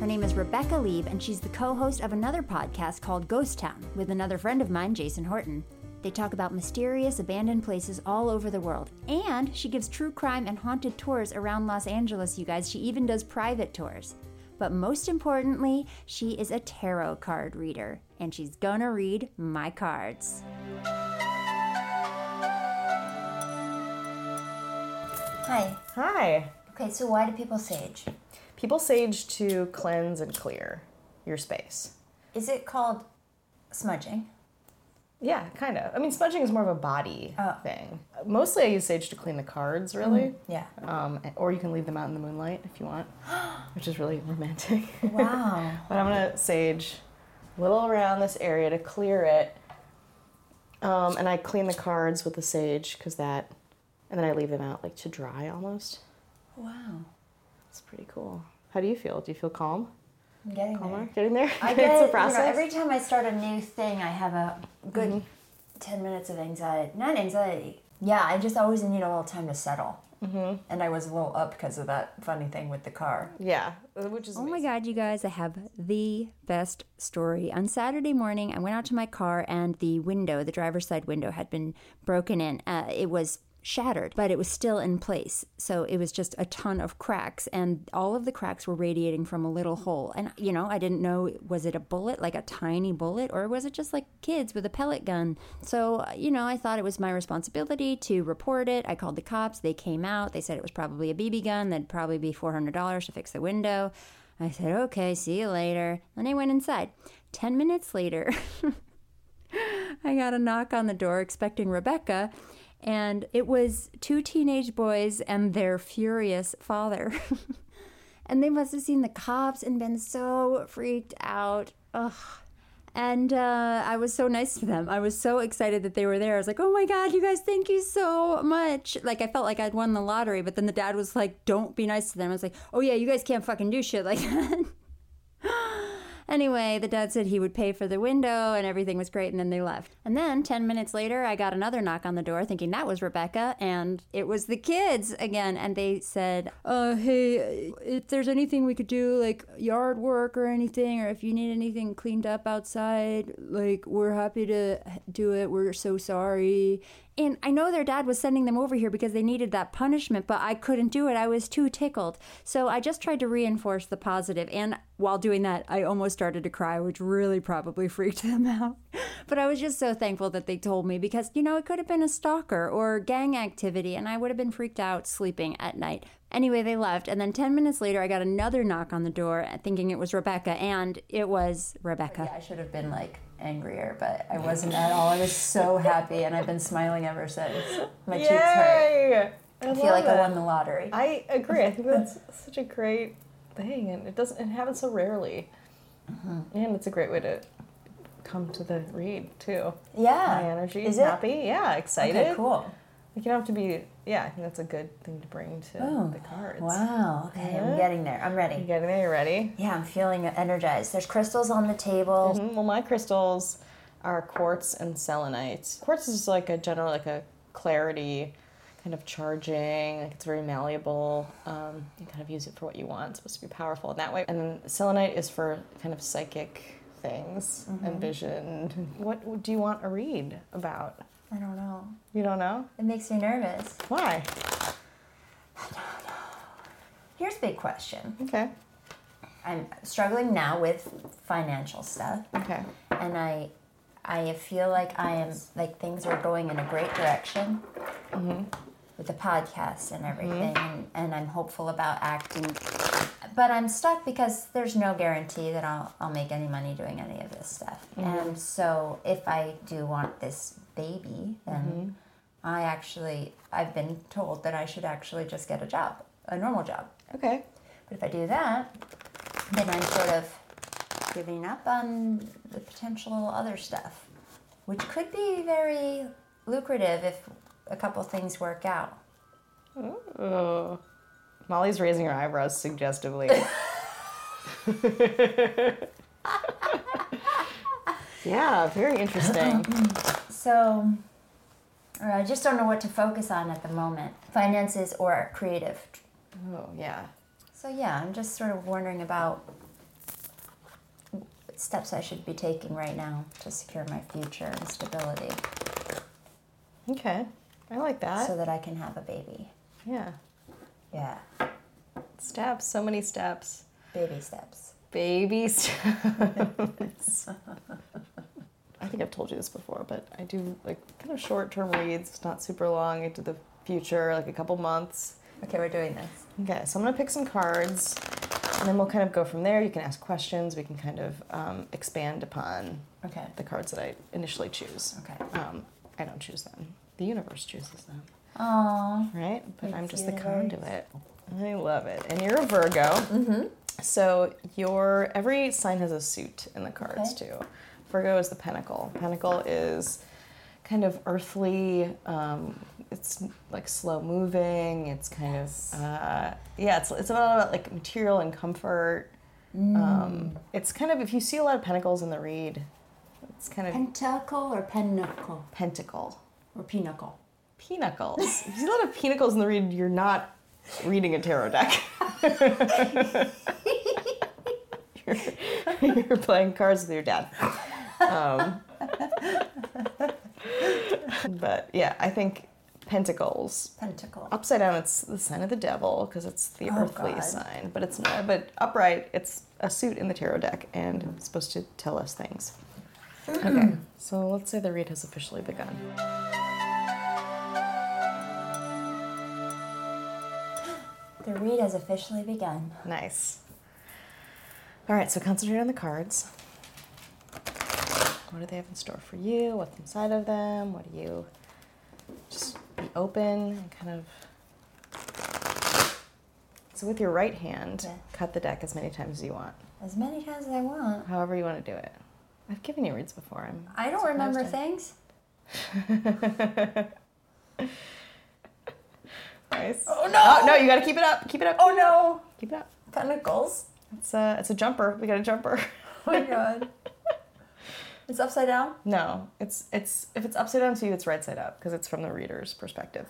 Her name is Rebecca Lieb, and she's the co host of another podcast called Ghost Town with another friend of mine, Jason Horton. They talk about mysterious, abandoned places all over the world, and she gives true crime and haunted tours around Los Angeles, you guys. She even does private tours. But most importantly, she is a tarot card reader, and she's gonna read my cards.
Hi.
Hi.
Okay, so why do people sage?
People sage to cleanse and clear your space.
Is it called smudging?
Yeah, kind of. I mean, smudging is more of a body
Oh.
thing. Mostly I use sage to clean the cards, really.
Mm, Yeah.
Um, or you can leave them out in the moonlight if you want, which is really romantic.
Wow.
But I'm gonna sage a little around this area to clear it. Um, and I clean the cards with the sage because that, and then I leave them out like to dry almost.
wow.
It's pretty cool. How do you feel? Do you feel calm?
I'm getting there.
Calmer? Getting there?
I
it's
get,
a
you know,
process.
every time I start a new thing, I have a good 10 minutes of anxiety. Not anxiety. Yeah, I just always need a little time to settle. Mm-hmm. And I was a little up because of that funny thing with the car.
yeah, uh, which is
Oh my god, you guys, I have the best story. On Saturday morning, I went out to my car and the window, the driver's side window, had been broken in. Uh, it was shattered, but it was still in place. So it was just a ton of cracks, and all of the cracks were radiating from a little hole. And, you know, I didn't know was it a bullet, like a tiny bullet, or was it just like kids with a pellet gun? So, uh, you know, I thought it was my responsibility to report it. I called the cops. They came out. They said it was probably a BB gun. That'd probably be $400 to fix the window. I said, okay, see you later. And I went inside. 10 minutes later, I got a knock on the door expecting Rebecca, and it was two teenage boys and their furious father. and they must have seen the cops and been so freaked out. Ugh. And uh, I was so nice to them. I was so excited that they were there. I was like, oh my God, you guys, thank you so much. Like, I felt like I'd won the lottery, but then the dad was like, don't be nice to them. I was like, oh yeah, you guys can't fucking do shit like that. Anyway, the dad said he would pay for the window and everything was great, and then they left. And then 10 minutes later, I got another knock on the door thinking that was Rebecca, and it was the kids again. And they said, uh, Hey, uh, if there's anything we could do, like yard work or anything, or if you need anything cleaned up outside, like we're happy to do it. We're so sorry. And I know their dad was sending them over here because they needed that punishment, but I couldn't do it. I was too tickled. So I just tried to reinforce the positive. And while doing that, I almost started to cry, which really probably freaked them out. But I was just so thankful that they told me because, you know, it could have been a stalker or gang activity, and I would have been freaked out sleeping at night. Anyway, they left. And then 10 minutes later, I got another knock on the door thinking it was Rebecca, and it was Rebecca.
I should have been like angrier, but I wasn't at all. I was so happy and I've been smiling ever since. My cheeks hurt.
Yay!
I feel like I won the lottery.
I agree. I think that's such a great thing, and it doesn't it happens so rarely.
Mm-hmm.
And it's a great way to come to the read too.
yeah.
High energy,
Is it?
happy, yeah, excited.
Okay, cool.
Like you don't have to be. Yeah, I think that's a good thing to bring to the cards.
Oh. Wow. Okay, I'm getting there. I'm
You
ready.
getting there? You ready?
Yeah, I'm feeling energized. There's crystals on the table.
Mhm. Well, my crystals are quartz and selenite. Quartz is like a general, like a clarity, kind of charging. Like it's very malleable. Um, you kind of use it for what you want. It's supposed to be powerful in that way. And then selenite is for kind of psychic things and vision. Mm-hmm. What do you want to read about?
I don't know.
You don't know
It makes me nervous.
why?
Here's a big question.
Okay.
I'm struggling now with financial stuff,
Okay.
and I, I feel like I am like things are going in a great direction with the podcast and everything, and, and I'm hopeful about acting, but I'm stuck because there's no guarantee that I'll I'll make any money doing any of this stuff, and so if I do want this baby, then. I actually, I've been told that I should actually just get a job, a normal job.
Okay.
But if I do that, then I'm sort of giving up on the potential other stuff, which could be very lucrative if a couple things work out.
Oh. Molly's raising her eyebrows suggestively. yeah, very interesting.
So, or I just don't know what to focus on at the moment finances or creative.
Oh, yeah.
So, yeah, I'm just sort of wondering about steps I should be taking right now to secure my future and stability
Okay. I like that.
so that I can have a baby.
yeah.
Yeah.
Steps, so many steps.
Baby steps.
Baby steps. I think I've told you this before, but I do like kind of short term reads, It's not super long into the future, like a couple months.
Okay, we're doing this.
Okay, so I'm gonna pick some cards, and then we'll kind of go from there. You can ask questions. We can kind of um, expand upon
Okay.
the cards that I initially choose.
Okay.
Um, I don't choose them. The universe chooses them,
Aww.
right? But I'm just the
universe.
conduit. I love it. And you're a Virgo. Mm-hmm. So your every sign has a suit in the cards
Okay.
too. Virgo is the pentacle. Pentacle is kind of earthly. Um, it's like slow moving. It's kind of uh, yeah. It's it's a lot about like material and comfort. Um, it's kind of if you see a lot of pentacles in the read, it's kind of
Pentacle or pinnacle?
pentacle.
Or pinnacle.
Pinnacles. If you see a lot of pinnacles in the read, you're not reading a tarot deck. you're, you're playing cards with your dad. Um, but yeah, I think pentacles.
Pentacle.
Upside down, it's the sign of the devil because it's the earthly
God.
sign. But it's not. But upright, it's a suit in the tarot deck and it's supposed to tell us things. Okay, so let's say the read has officially begun.
The read has officially begun.
Nice. All right, so concentrate on the cards. What do they have in store for you? What's inside of them? What do you just be open and kind of. So, with your right hand,
Yeah.
cut the deck as many times as you want,
As many times as I want.
however you want to do it. I've given you reads before. I'm
I don't remember things.
nice. Oh no! Oh, no, you got to keep it up. Keep it up.
Oh no!
Keep it up.
Pentacles.
It's a it's a jumper. We got a jumper.
Oh my god. it's upside down?
No, it's it's if it's upside down to you, it's right side up because it's from the reader's perspective.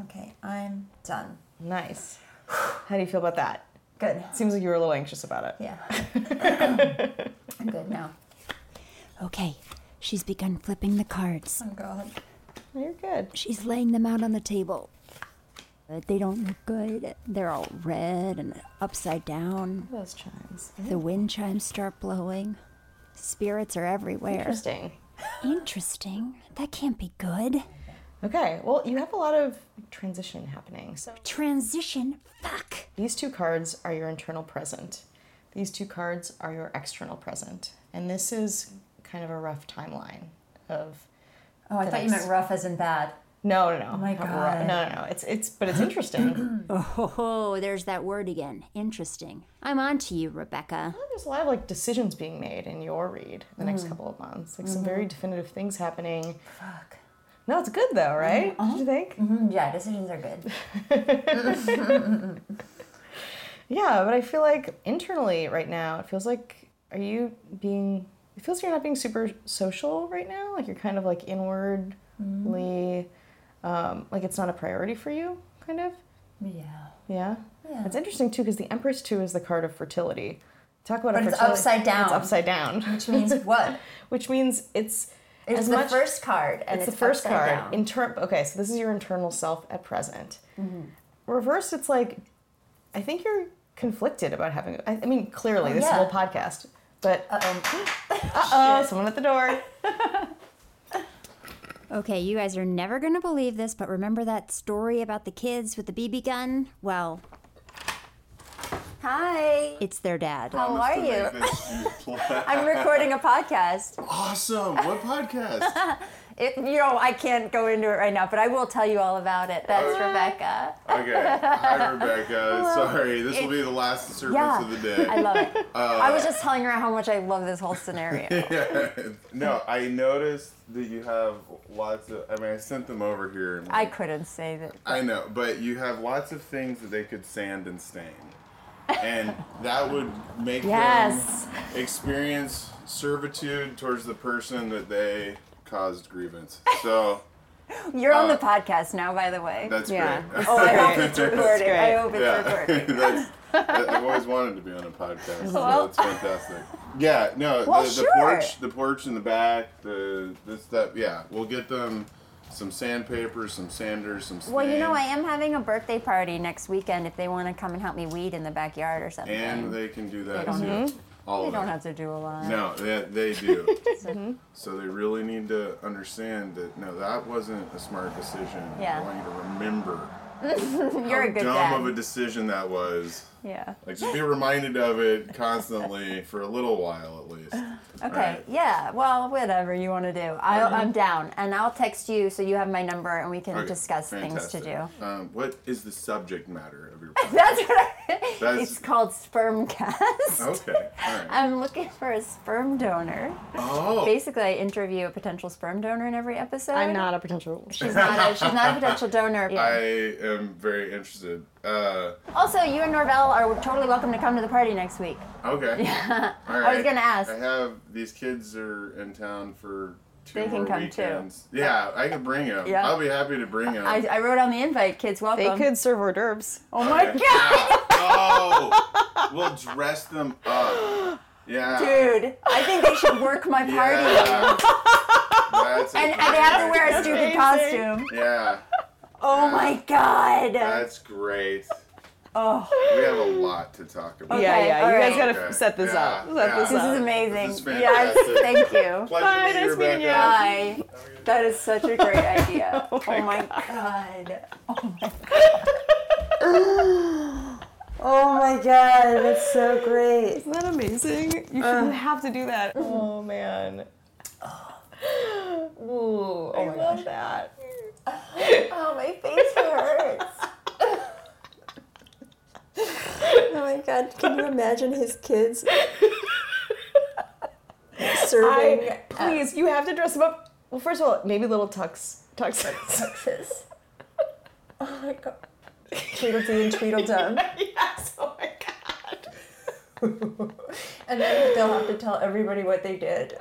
Okay, I'm done.
Nice. How do you feel about that?
Good.
Seems like you were a little anxious about it.
Yeah. I'm good now.
Okay, she's begun flipping the cards.
Oh god.
Well, You're good.
She's laying them out on the table. But They don't look good. They're all red and upside down.
Those chimes.
The wind chimes start blowing. Spirits are everywhere.
Interesting.
Interesting. That can't be good.
Okay. Well, you have a lot of transition happening. So
Transition. Fuck.
these two cards are your internal present. These two cards are your external present. And this is kind of a rough timeline of
Oh, I
The
thought you
next-
meant rough as in bad.
no, no, no. Oh
my God.
No, no, no. It's it's but it's interesting.
Oh, there's that word again. Interesting. I'm on to you, Rebecca.
There's a lot of like decisions being made in your read the
Mm.
next couple of months. Like some very definitive things happening.
Mm-hmm. Fuck. Mm-hmm.
No, it's good though, right? Don't you think?
Mm, yeah, decisions are good.
Yeah, but I feel like internally right now, it feels like are you being? It feels you're not being super social right now. Like you're kind of like inwardly,
Mm.
um, like it's not a priority for you, kind of.
Yeah.
Yeah.
Yeah.
It's interesting too because the Empress too is the card of fertility. Talk about a
But it's
fertility-
upside down.
It's upside down,
Which means what?
which means it's
It's
as
the
much
first card, and
it's
it's,
the first
upside
card.
Down.
Inter- okay, so this is your internal self at present. Reverse, it's like, I think you're conflicted about having. I, I mean, clearly, this
yeah.
whole podcast. But uh
Um,
oh, someone at the door.
Okay, you guys are never going to believe this, but remember that story about the kids with the BB gun? Well,
hi.
it's their dad.
How are you?
you?
I'm recording a podcast.
awesome. What podcast?
It, you know, I can't go into it right now, but I will tell you all about it. That's Rebecca.
Okay. Hi, Rebecca. Sorry, this will be the last disturbance
Yeah.
of the day.
I love it.
Uh,
I was just telling her how much I love this whole scenario.
no, I noticed that you have lots of. I mean, I sent them over here. And,
I couldn't say that.
I know, but you have lots of things that they could sand and stain, and that would make
Yes.
them experience servitude towards the person that they caused grievance. So
You're on the podcast now, by the way.
Uh, that's
Yeah.
great.
Oh, I hope it's
That's
recorded. I
great.
hope it's
Yeah,
recorded.
that's, I- I've always wanted to be on a podcast.
Well-
so that's fantastic. Yeah, no,
Well,
the, the
sure.
porch, the porch in the back, the this stuff. Yeah, we'll get them some sandpaper, some sanders, some.
Well, you know, I
snags,
am having a birthday party next weekend if they want to come and help me weed in the backyard or something.
And they can do that
don't
too.
have
All
they
of
don't
that.
have to do a lot.
No, they, they do.
Mm-hmm.
So they really need to understand that no, that wasn't a smart decision.
Yeah.
I want you to remember
You're a
how
good
dumb
dad.
of a decision that was.
yeah.
Like just be reminded of it constantly for a little while at least.
Okay.
Alright.
Yeah. Well, whatever you want to do. I'll, I'm down, and I'll text you so you have my number and we can
Mm-hmm. Okay,
discuss things to do.
fantastic. Um, what is the subject matter of your podcast?
That's what I,
That's-
It's called sperm cast.
okay. All right.
I'm looking for a sperm donor.
oh.
Basically, I interview a potential sperm donor in every episode.
I'm not a potential.
She's not a, she's not a potential donor.
I am very interested. Uh,
Also, you and Norvell are totally welcome to come to the party next week.
okay. All right.
I was gonna ask.
I have these kids are in town for two
They can
more
come too.
weekends. Yeah, I could bring them.
Yeah.
I'll be happy to bring them.
I, I wrote on the invite, kids welcome.
They could serve hors d'oeuvres.
oh my god,
oh, we'll dress them up. Yeah.
dude! I think they should work my party,
Yeah. That's
and, and they have to wear a stupid costume.
Yeah,
Oh my god!
that's great.
Oh,
We have a lot to talk about.
yeah,
Okay,
yeah.
all
You
right.
guys gotta
Okay,
f set this
yeah,
up. Set
yeah.
this
this
up.
is amazing.
This is
yes,
fantastic.
thank you.
Pleasure
Bye,
to meet you,
nice meeting you.
Rebecca.
Bye. That is such a great idea. oh my, god. Oh my god. Oh my god, that's so great.
Isn't that amazing? You shouldn't have to do that. Oh man. Ooh, oh my gosh. that.
Oh, my face hurts. oh my god, can you imagine his kids serving
I, please, you have to dress him up. Well, first of all, maybe little tux. Tux.
Texas? Oh my god. Tweedledee and Tweedledum.
yes, oh my god.
And then they'll have to tell everybody what they did.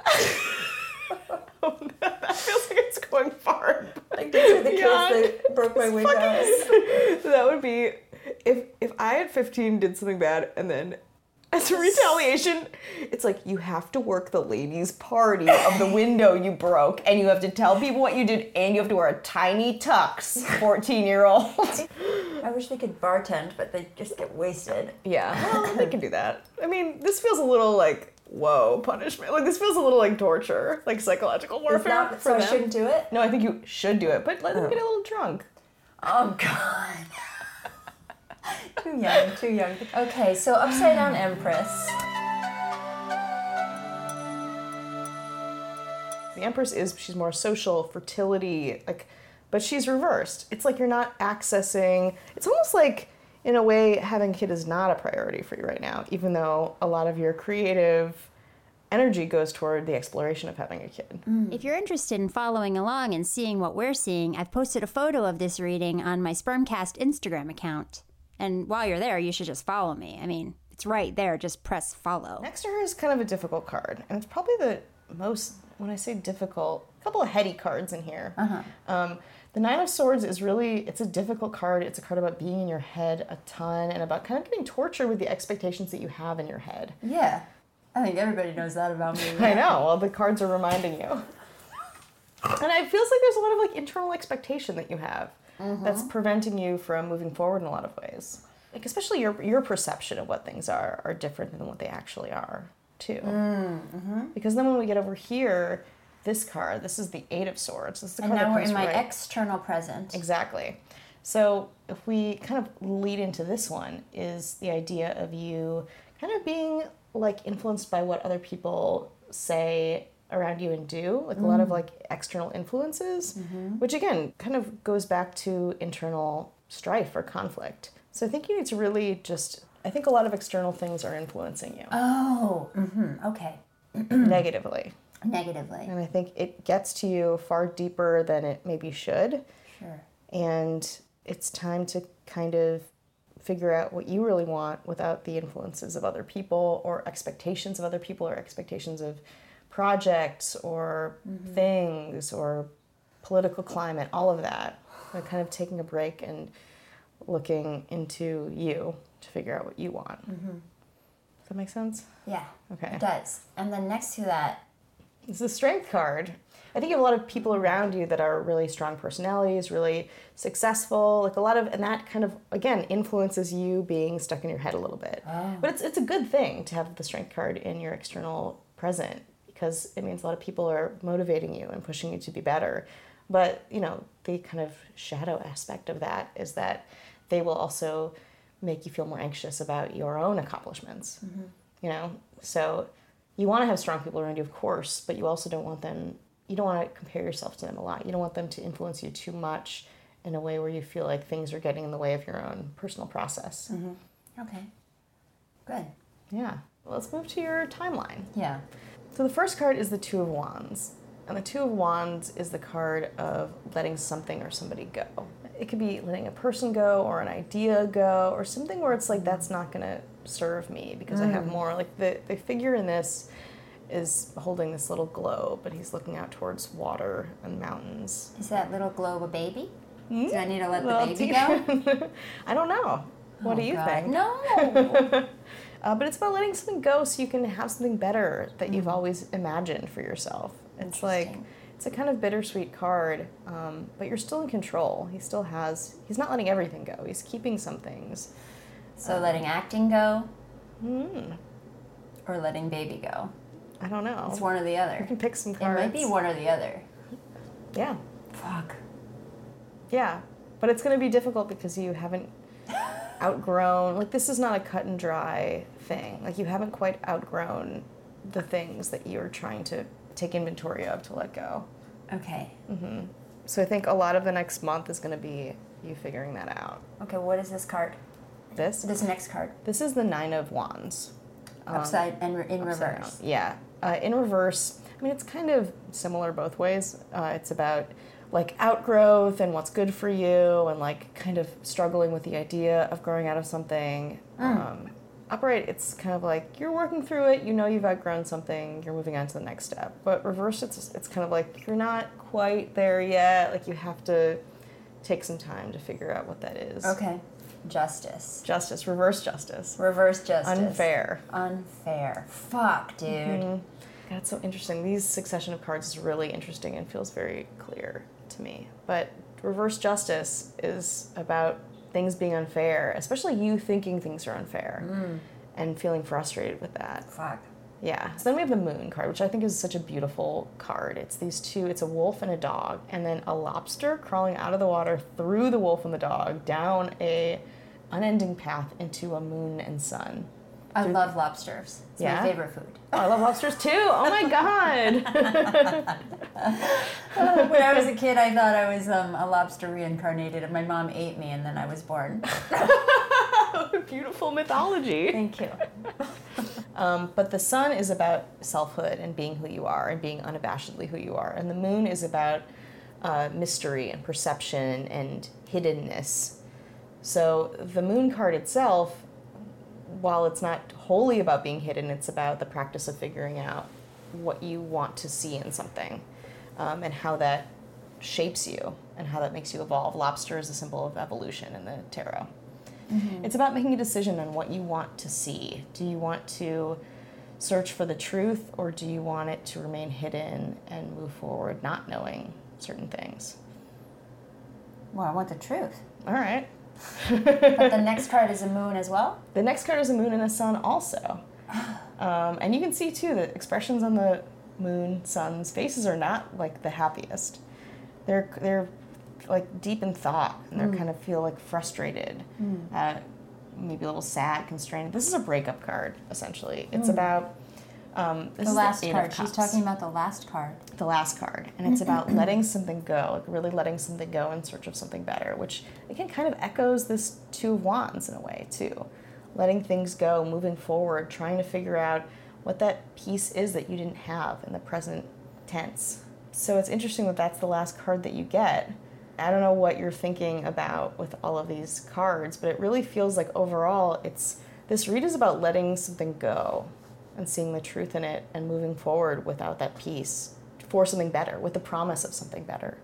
Oh, no, that feels like it's going far.
Like, these are the kids
Yeah.
that broke my window.
Fucking- that would be if if I at 15 did something bad and then as a retaliation, it's like you have to work the ladies' party of the window you broke, and you have to tell people what you did, and you have to wear a tiny tux, 14 year old.
I wish they could bartend, but they just get wasted.
Yeah, well, Oh, they can do that. I mean, this feels a little like whoa punishment. Like this feels a little like torture, like psychological
Is
warfare
that,
for
so I
them.
shouldn't do it?
no, I think you should do it, but let them get a little drunk.
Oh god. too young, too young. Okay, so upside down empress.
The Empress is she's more social, fertility, like but she's reversed. It's like you're not accessing it's almost like in a way having a kid is not a priority for you right now, even though a lot of your creative energy goes toward the exploration of having a kid.
If you're interested in following along and seeing what we're seeing, I've posted a photo of this reading on my Spermcast Instagram account. And while you're there, you should just follow me. I mean, it's right there. Just press follow.
Next to her is kind of a difficult card, and it's probably the most, when I say difficult, a couple of heady cards in here. Um, the Nine of Swords is really, it's a difficult card. It's a card about being in your head a ton and about kind of getting tortured with the expectations that you have in your head.
Yeah. I think everybody knows that about me.
I know, well, the cards are reminding you. And it feels like there's a lot of like internal expectation that you have that's
Mm-hmm.
preventing you from moving forward in a lot of ways. Like especially your your perception of what things are are different than what they actually are too.
Mm, mm-hmm.
Because then when we get over here, this card, this is the Eight of Swords. This is the
and
card
now
that
we're
comes
in my
right-
external present.
Exactly. So if we kind of lead into this one is the idea of you kind of being like influenced by what other people say around you and do, like a lot of
Mm.
like external influences,
Mm-hmm.
which again kind of goes back to internal strife or conflict. So I think you need to really just I think a lot of external things are influencing you
Oh, mm-hmm. okay.
negatively.
Negatively.
And I think it gets to you far deeper than it maybe should.
Sure.
and it's time to kind of figure out what you really want without the influences of other people or expectations of other people or expectations of projects or things or political climate all of that like kind of taking a break and looking into you to figure out what you want does that make sense
Yeah.
Okay.
It does. And then next to that
It's the strength card. I think you have a lot of people around you that are really strong personalities, really successful, like a lot of, and that kind of again influences you being stuck in your head a little bit. But it's it's a good thing to have the strength card in your external present because it means a lot of people are motivating you and pushing you to be better. But you know the kind of shadow aspect of that is that they will also make you feel more anxious about your own accomplishments. You know, so you want to have strong people around you, of course, but you also don't want them. You don't want to compare yourself to them a lot. You don't want them to influence you too much in a way where you feel like things are getting in the way of your own personal process.
Okay. Good.
Yeah. Let's move to your timeline.
Yeah.
So the first card is the Two of Wands. And the Two of Wands is the card of letting something or somebody go. It could be letting a person go or an idea go or something where it's like, that's not going to serve me because I have more. Like the, the figure in this is holding this little globe, but he's looking out towards water and mountains.
Is that little globe a baby? Do I need to let the
Well,
baby
do
go?
you- I don't know. What do you
God.
think?
No.
Uh, but it's about letting something go so you can have something better that you've
Mm-hmm.
always imagined for yourself. It's like it's a kind of bittersweet card, um, but you're still in control. He still has. He's not letting everything go. He's keeping some things.
so letting acting go. Hmm. Or letting baby go.
I don't know.
It's one or the other.
you can pick some
It
cards.
might be one or the other.
Yeah,
Fuck.
yeah. But it's going to be difficult because you haven't outgrown. Like this is not a cut and dry thing. Like you haven't quite outgrown the things that you're trying to take inventory of to let go.
Okay.
So I think a lot of the next month is going to be you figuring that out.
Okay, what is this card?
This
This next card.
this is the nine of wands.
Um, Upside and re- in
So,
reverse.
yeah. Uh, in reverse, I mean it's kind of similar both ways. Uh, it's about like outgrowth and what's good for you, and like kind of struggling with the idea of growing out of something.
Mm.
Um, upright, it's kind of like you're working through it. You know you've outgrown something. You're moving on to the next step. But reverse, it's it's kind of like you're not quite there yet. Like you have to take some time to figure out what that is.
Okay. Justice.
Justice, reverse justice.
Reverse justice.
Unfair.
Unfair. Fuck, dude.
God, it's so interesting. These succession of cards is really interesting and feels very clear to me. But reverse justice is about things being unfair, especially you thinking things are unfair and feeling frustrated with that.
Fuck.
Yeah. So then we have the moon card, which I think is such a beautiful card. It's these two, it's a wolf and a dog, and then a lobster crawling out of the water through the wolf and the dog down a unending path into a moon and sun.
I love lobsters. It's
Yeah?
my favorite food.
Oh, I love lobsters too. Oh my god.
Oh, when I was a kid, I thought I was um, a lobster reincarnated, and my mom ate me, and then I was born.
Beautiful mythology.
Thank you.
Um, but the sun is about selfhood and being who you are and being unabashedly who you are. And the moon is about uh, mystery and perception and hiddenness. So the moon card itself, while it's not wholly about being hidden, it's about the practice of figuring out what you want to see in something um, and how that shapes you and how that makes you evolve. Lobster is a symbol of evolution in the tarot. It's about making a decision on what you want to see. Do you want to search for the truth or do you want it to remain hidden and move forward not knowing certain things?
Well, I want the truth.
All right.
But the next card is a moon as well.
The next card is a moon and a sun, also. Um, and you can see too that expressions on the moon, sun's faces are not like the happiest. They're they're like deep in thought, and
Hmm.
they're kind of feel like frustrated, uh, maybe a little sad, constrained. This is a breakup card essentially. It's about um, this
Hmm. The
is
last
the eight of
card. She's
cups
talking about the last card.
the last card, and it's about letting something go, like really letting something go in search of something better, which again kind of echoes this Two of Wands in a way, too. Letting things go, moving forward, trying to figure out what that piece is that you didn't have in the present tense. So it's interesting that that's the last card that you get. I don't know what you're thinking about with all of these cards, but it really feels like overall it's this read is about letting something go and seeing the truth in it and moving forward without that piece for something better, with the promise of something better.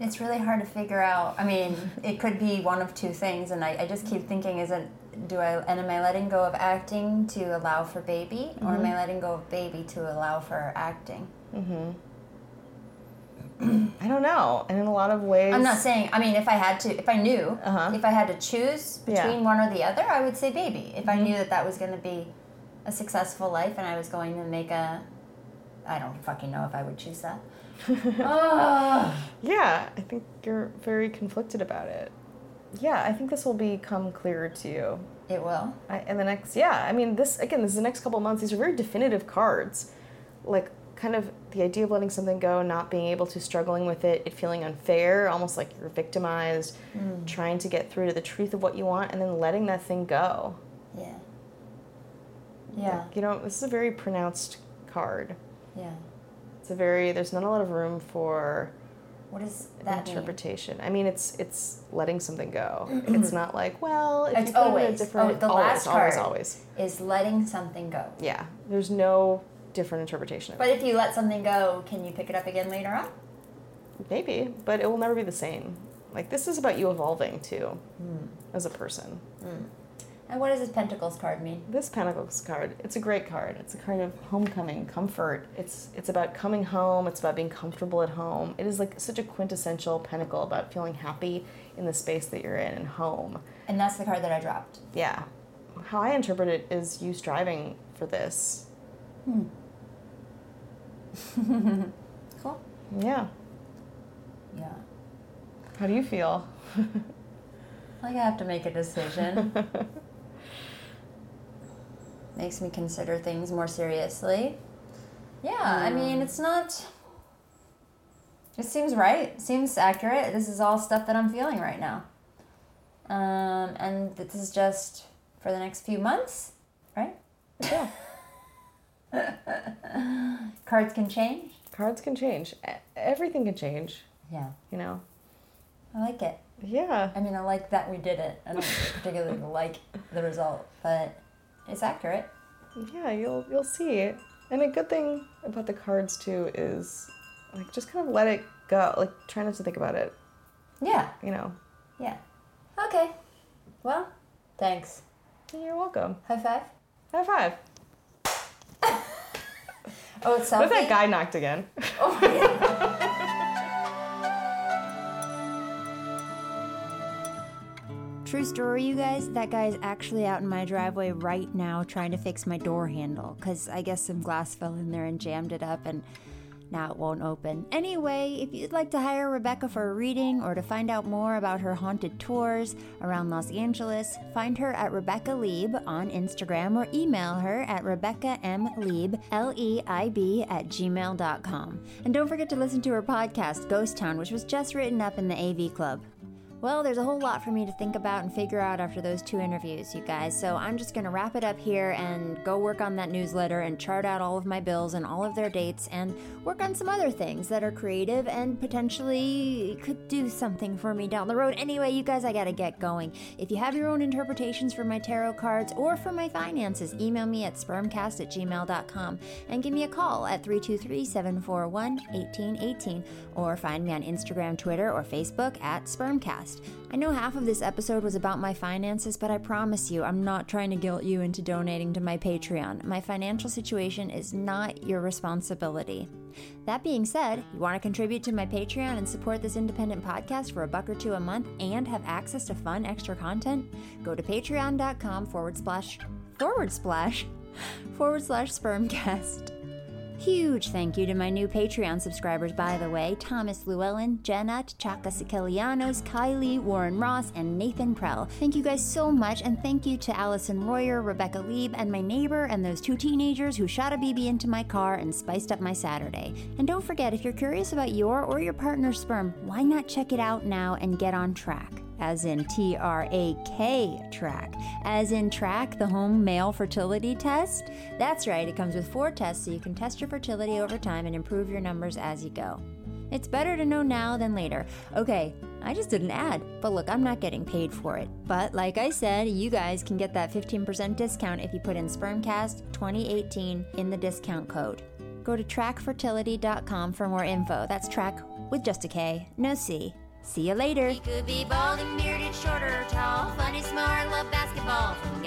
It's really hard to figure out. I mean, it could be one of two things, and I, I just keep thinking, is it do I and am I letting go of acting to allow for baby, or
Mm-hmm.
am I letting go of baby to allow for acting?
I don't know. And in a lot of ways,
I'm not saying. I mean, if I had to, if I knew, if I had to choose between
Uh-huh. Yeah. Mm-hmm.
one or the other, I would say baby. If I knew that that was going to be a successful life and I was going to make a, I don't fucking know if I would choose that.
Yeah, I think you're very conflicted about it. Yeah, I think this will become clearer to you.
It will.
I, and the next, yeah, I mean, this again, this is the next couple of months. These are very definitive cards, like kind of the idea of letting something go, not being able to, struggling with it, it feeling unfair, almost like you're victimized, trying to get through to the truth of what you want, and then letting that thing go.
Yeah. Yeah.
You know, this is a very pronounced card.
Yeah.
It's a very there's not a lot of room for
What does that mean?
interpretation. I mean, it's it's letting something go. it's not like well, if
It's
you put it in a
always.
different-
Oh, the
always,
last
always,
card.
always.
Is letting something go.
Yeah, there's no different interpretation of
But
it.
if you let something go, can you pick it up again later on?
Maybe, but it will never be the same. Like this is about you evolving too,
Hmm.
as a person.
And what does this Pentacles card mean?
This Pentacles card, it's a great card. It's a card of homecoming, comfort. It's it's about coming home. It's about being comfortable at home. It is like such a quintessential Pentacle about feeling happy in the space that you're in and home.
And that's the card that I dropped.
yeah how i interpret it is you striving for this
Hmm. Cool.
yeah
Yeah.
how do you feel
Like I have to make a decision. Makes me consider things more seriously. Yeah, I mean, it's not. It seems right. Seems accurate. This is all stuff that I'm feeling right now. Um, and this is just for the next few months, right?
Yeah.
Cards can change.
cards can change E- everything can change
Yeah.
you know
I like it.
yeah
I mean, I like that we did it. I don't particularly like the result, but it's accurate.
yeah you'll you'll see it and a good thing about the cards too is like just kind of let it go like try not to think about it
Yeah.
you know
Yeah. Okay. Well, thanks.
you're welcome
High five.
high five
Oh, it's
what if
selfie.
that guy knocked again
True story, you guys. That guy is actually out in my driveway right now trying to fix my door handle because I guess some glass fell in there and jammed it up and now it won't open. Anyway, if you'd like to hire Rebecca for a reading or to find out more about her haunted tours around Los Angeles, find her at Rebecca Lieb on Instagram or email her at Rebecca M. Lieb, L E I B, at gmail.com. And don't forget to listen to her podcast, Ghost Town, which was just written up in the AV Club. Well, there's a whole lot for me to think about and figure out after those two interviews, you guys. So I'm just going to wrap it up here and go work on that newsletter and chart out all of my bills and all of their dates and work on some other things that are creative and potentially could do something for me down the road. Anyway, you guys, I got to get going. If you have your own interpretations for my tarot cards or for my finances, email me at spermcast at gmail.com and give me a call at 323 741 1818 or find me on Instagram, Twitter, or Facebook at spermcast. I know half of this episode was about my finances, but I promise you, I'm not trying to guilt you into donating to my Patreon. My financial situation is not your responsibility. That being said, you want to contribute to my Patreon and support this independent podcast for a buck or two a month and have access to fun extra content? Go to patreon.com forward slash forward slash forward slash spermcast. Huge thank you to my new Patreon subscribers, by the way Thomas Llewellyn, Jenat, Chaka Sicilianos, Kylie, Warren Ross, and Nathan Prell. Thank you guys so much, and thank you to Allison Royer, Rebecca Lieb, and my neighbor, and those two teenagers who shot a BB into my car and spiced up my Saturday. And don't forget, if you're curious about your or your partner's sperm, why not check it out now and get on track? as in T R A K track, as in track the home male fertility test. That's right, it comes with four tests so you can test your fertility over time and improve your numbers as you go. It's better to know now than later. Okay, I just did an ad, but look, I'm not getting paid for it. But like I said, you guys can get that 15% discount if you put in Spermcast 2018 in the discount code. Go to trackfertility.com for more info. That's track with just a K, no C. See you later.
He could be balding, bearded, short or tall, funny, smart, love basketball. From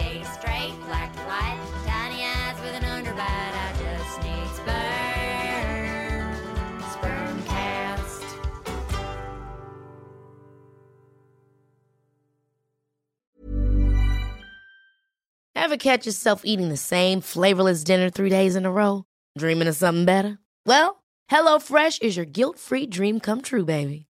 Ever catch yourself eating the same flavorless dinner three days in a row? Dreaming of something better? Well, HelloFresh is your guilt free dream come true, baby.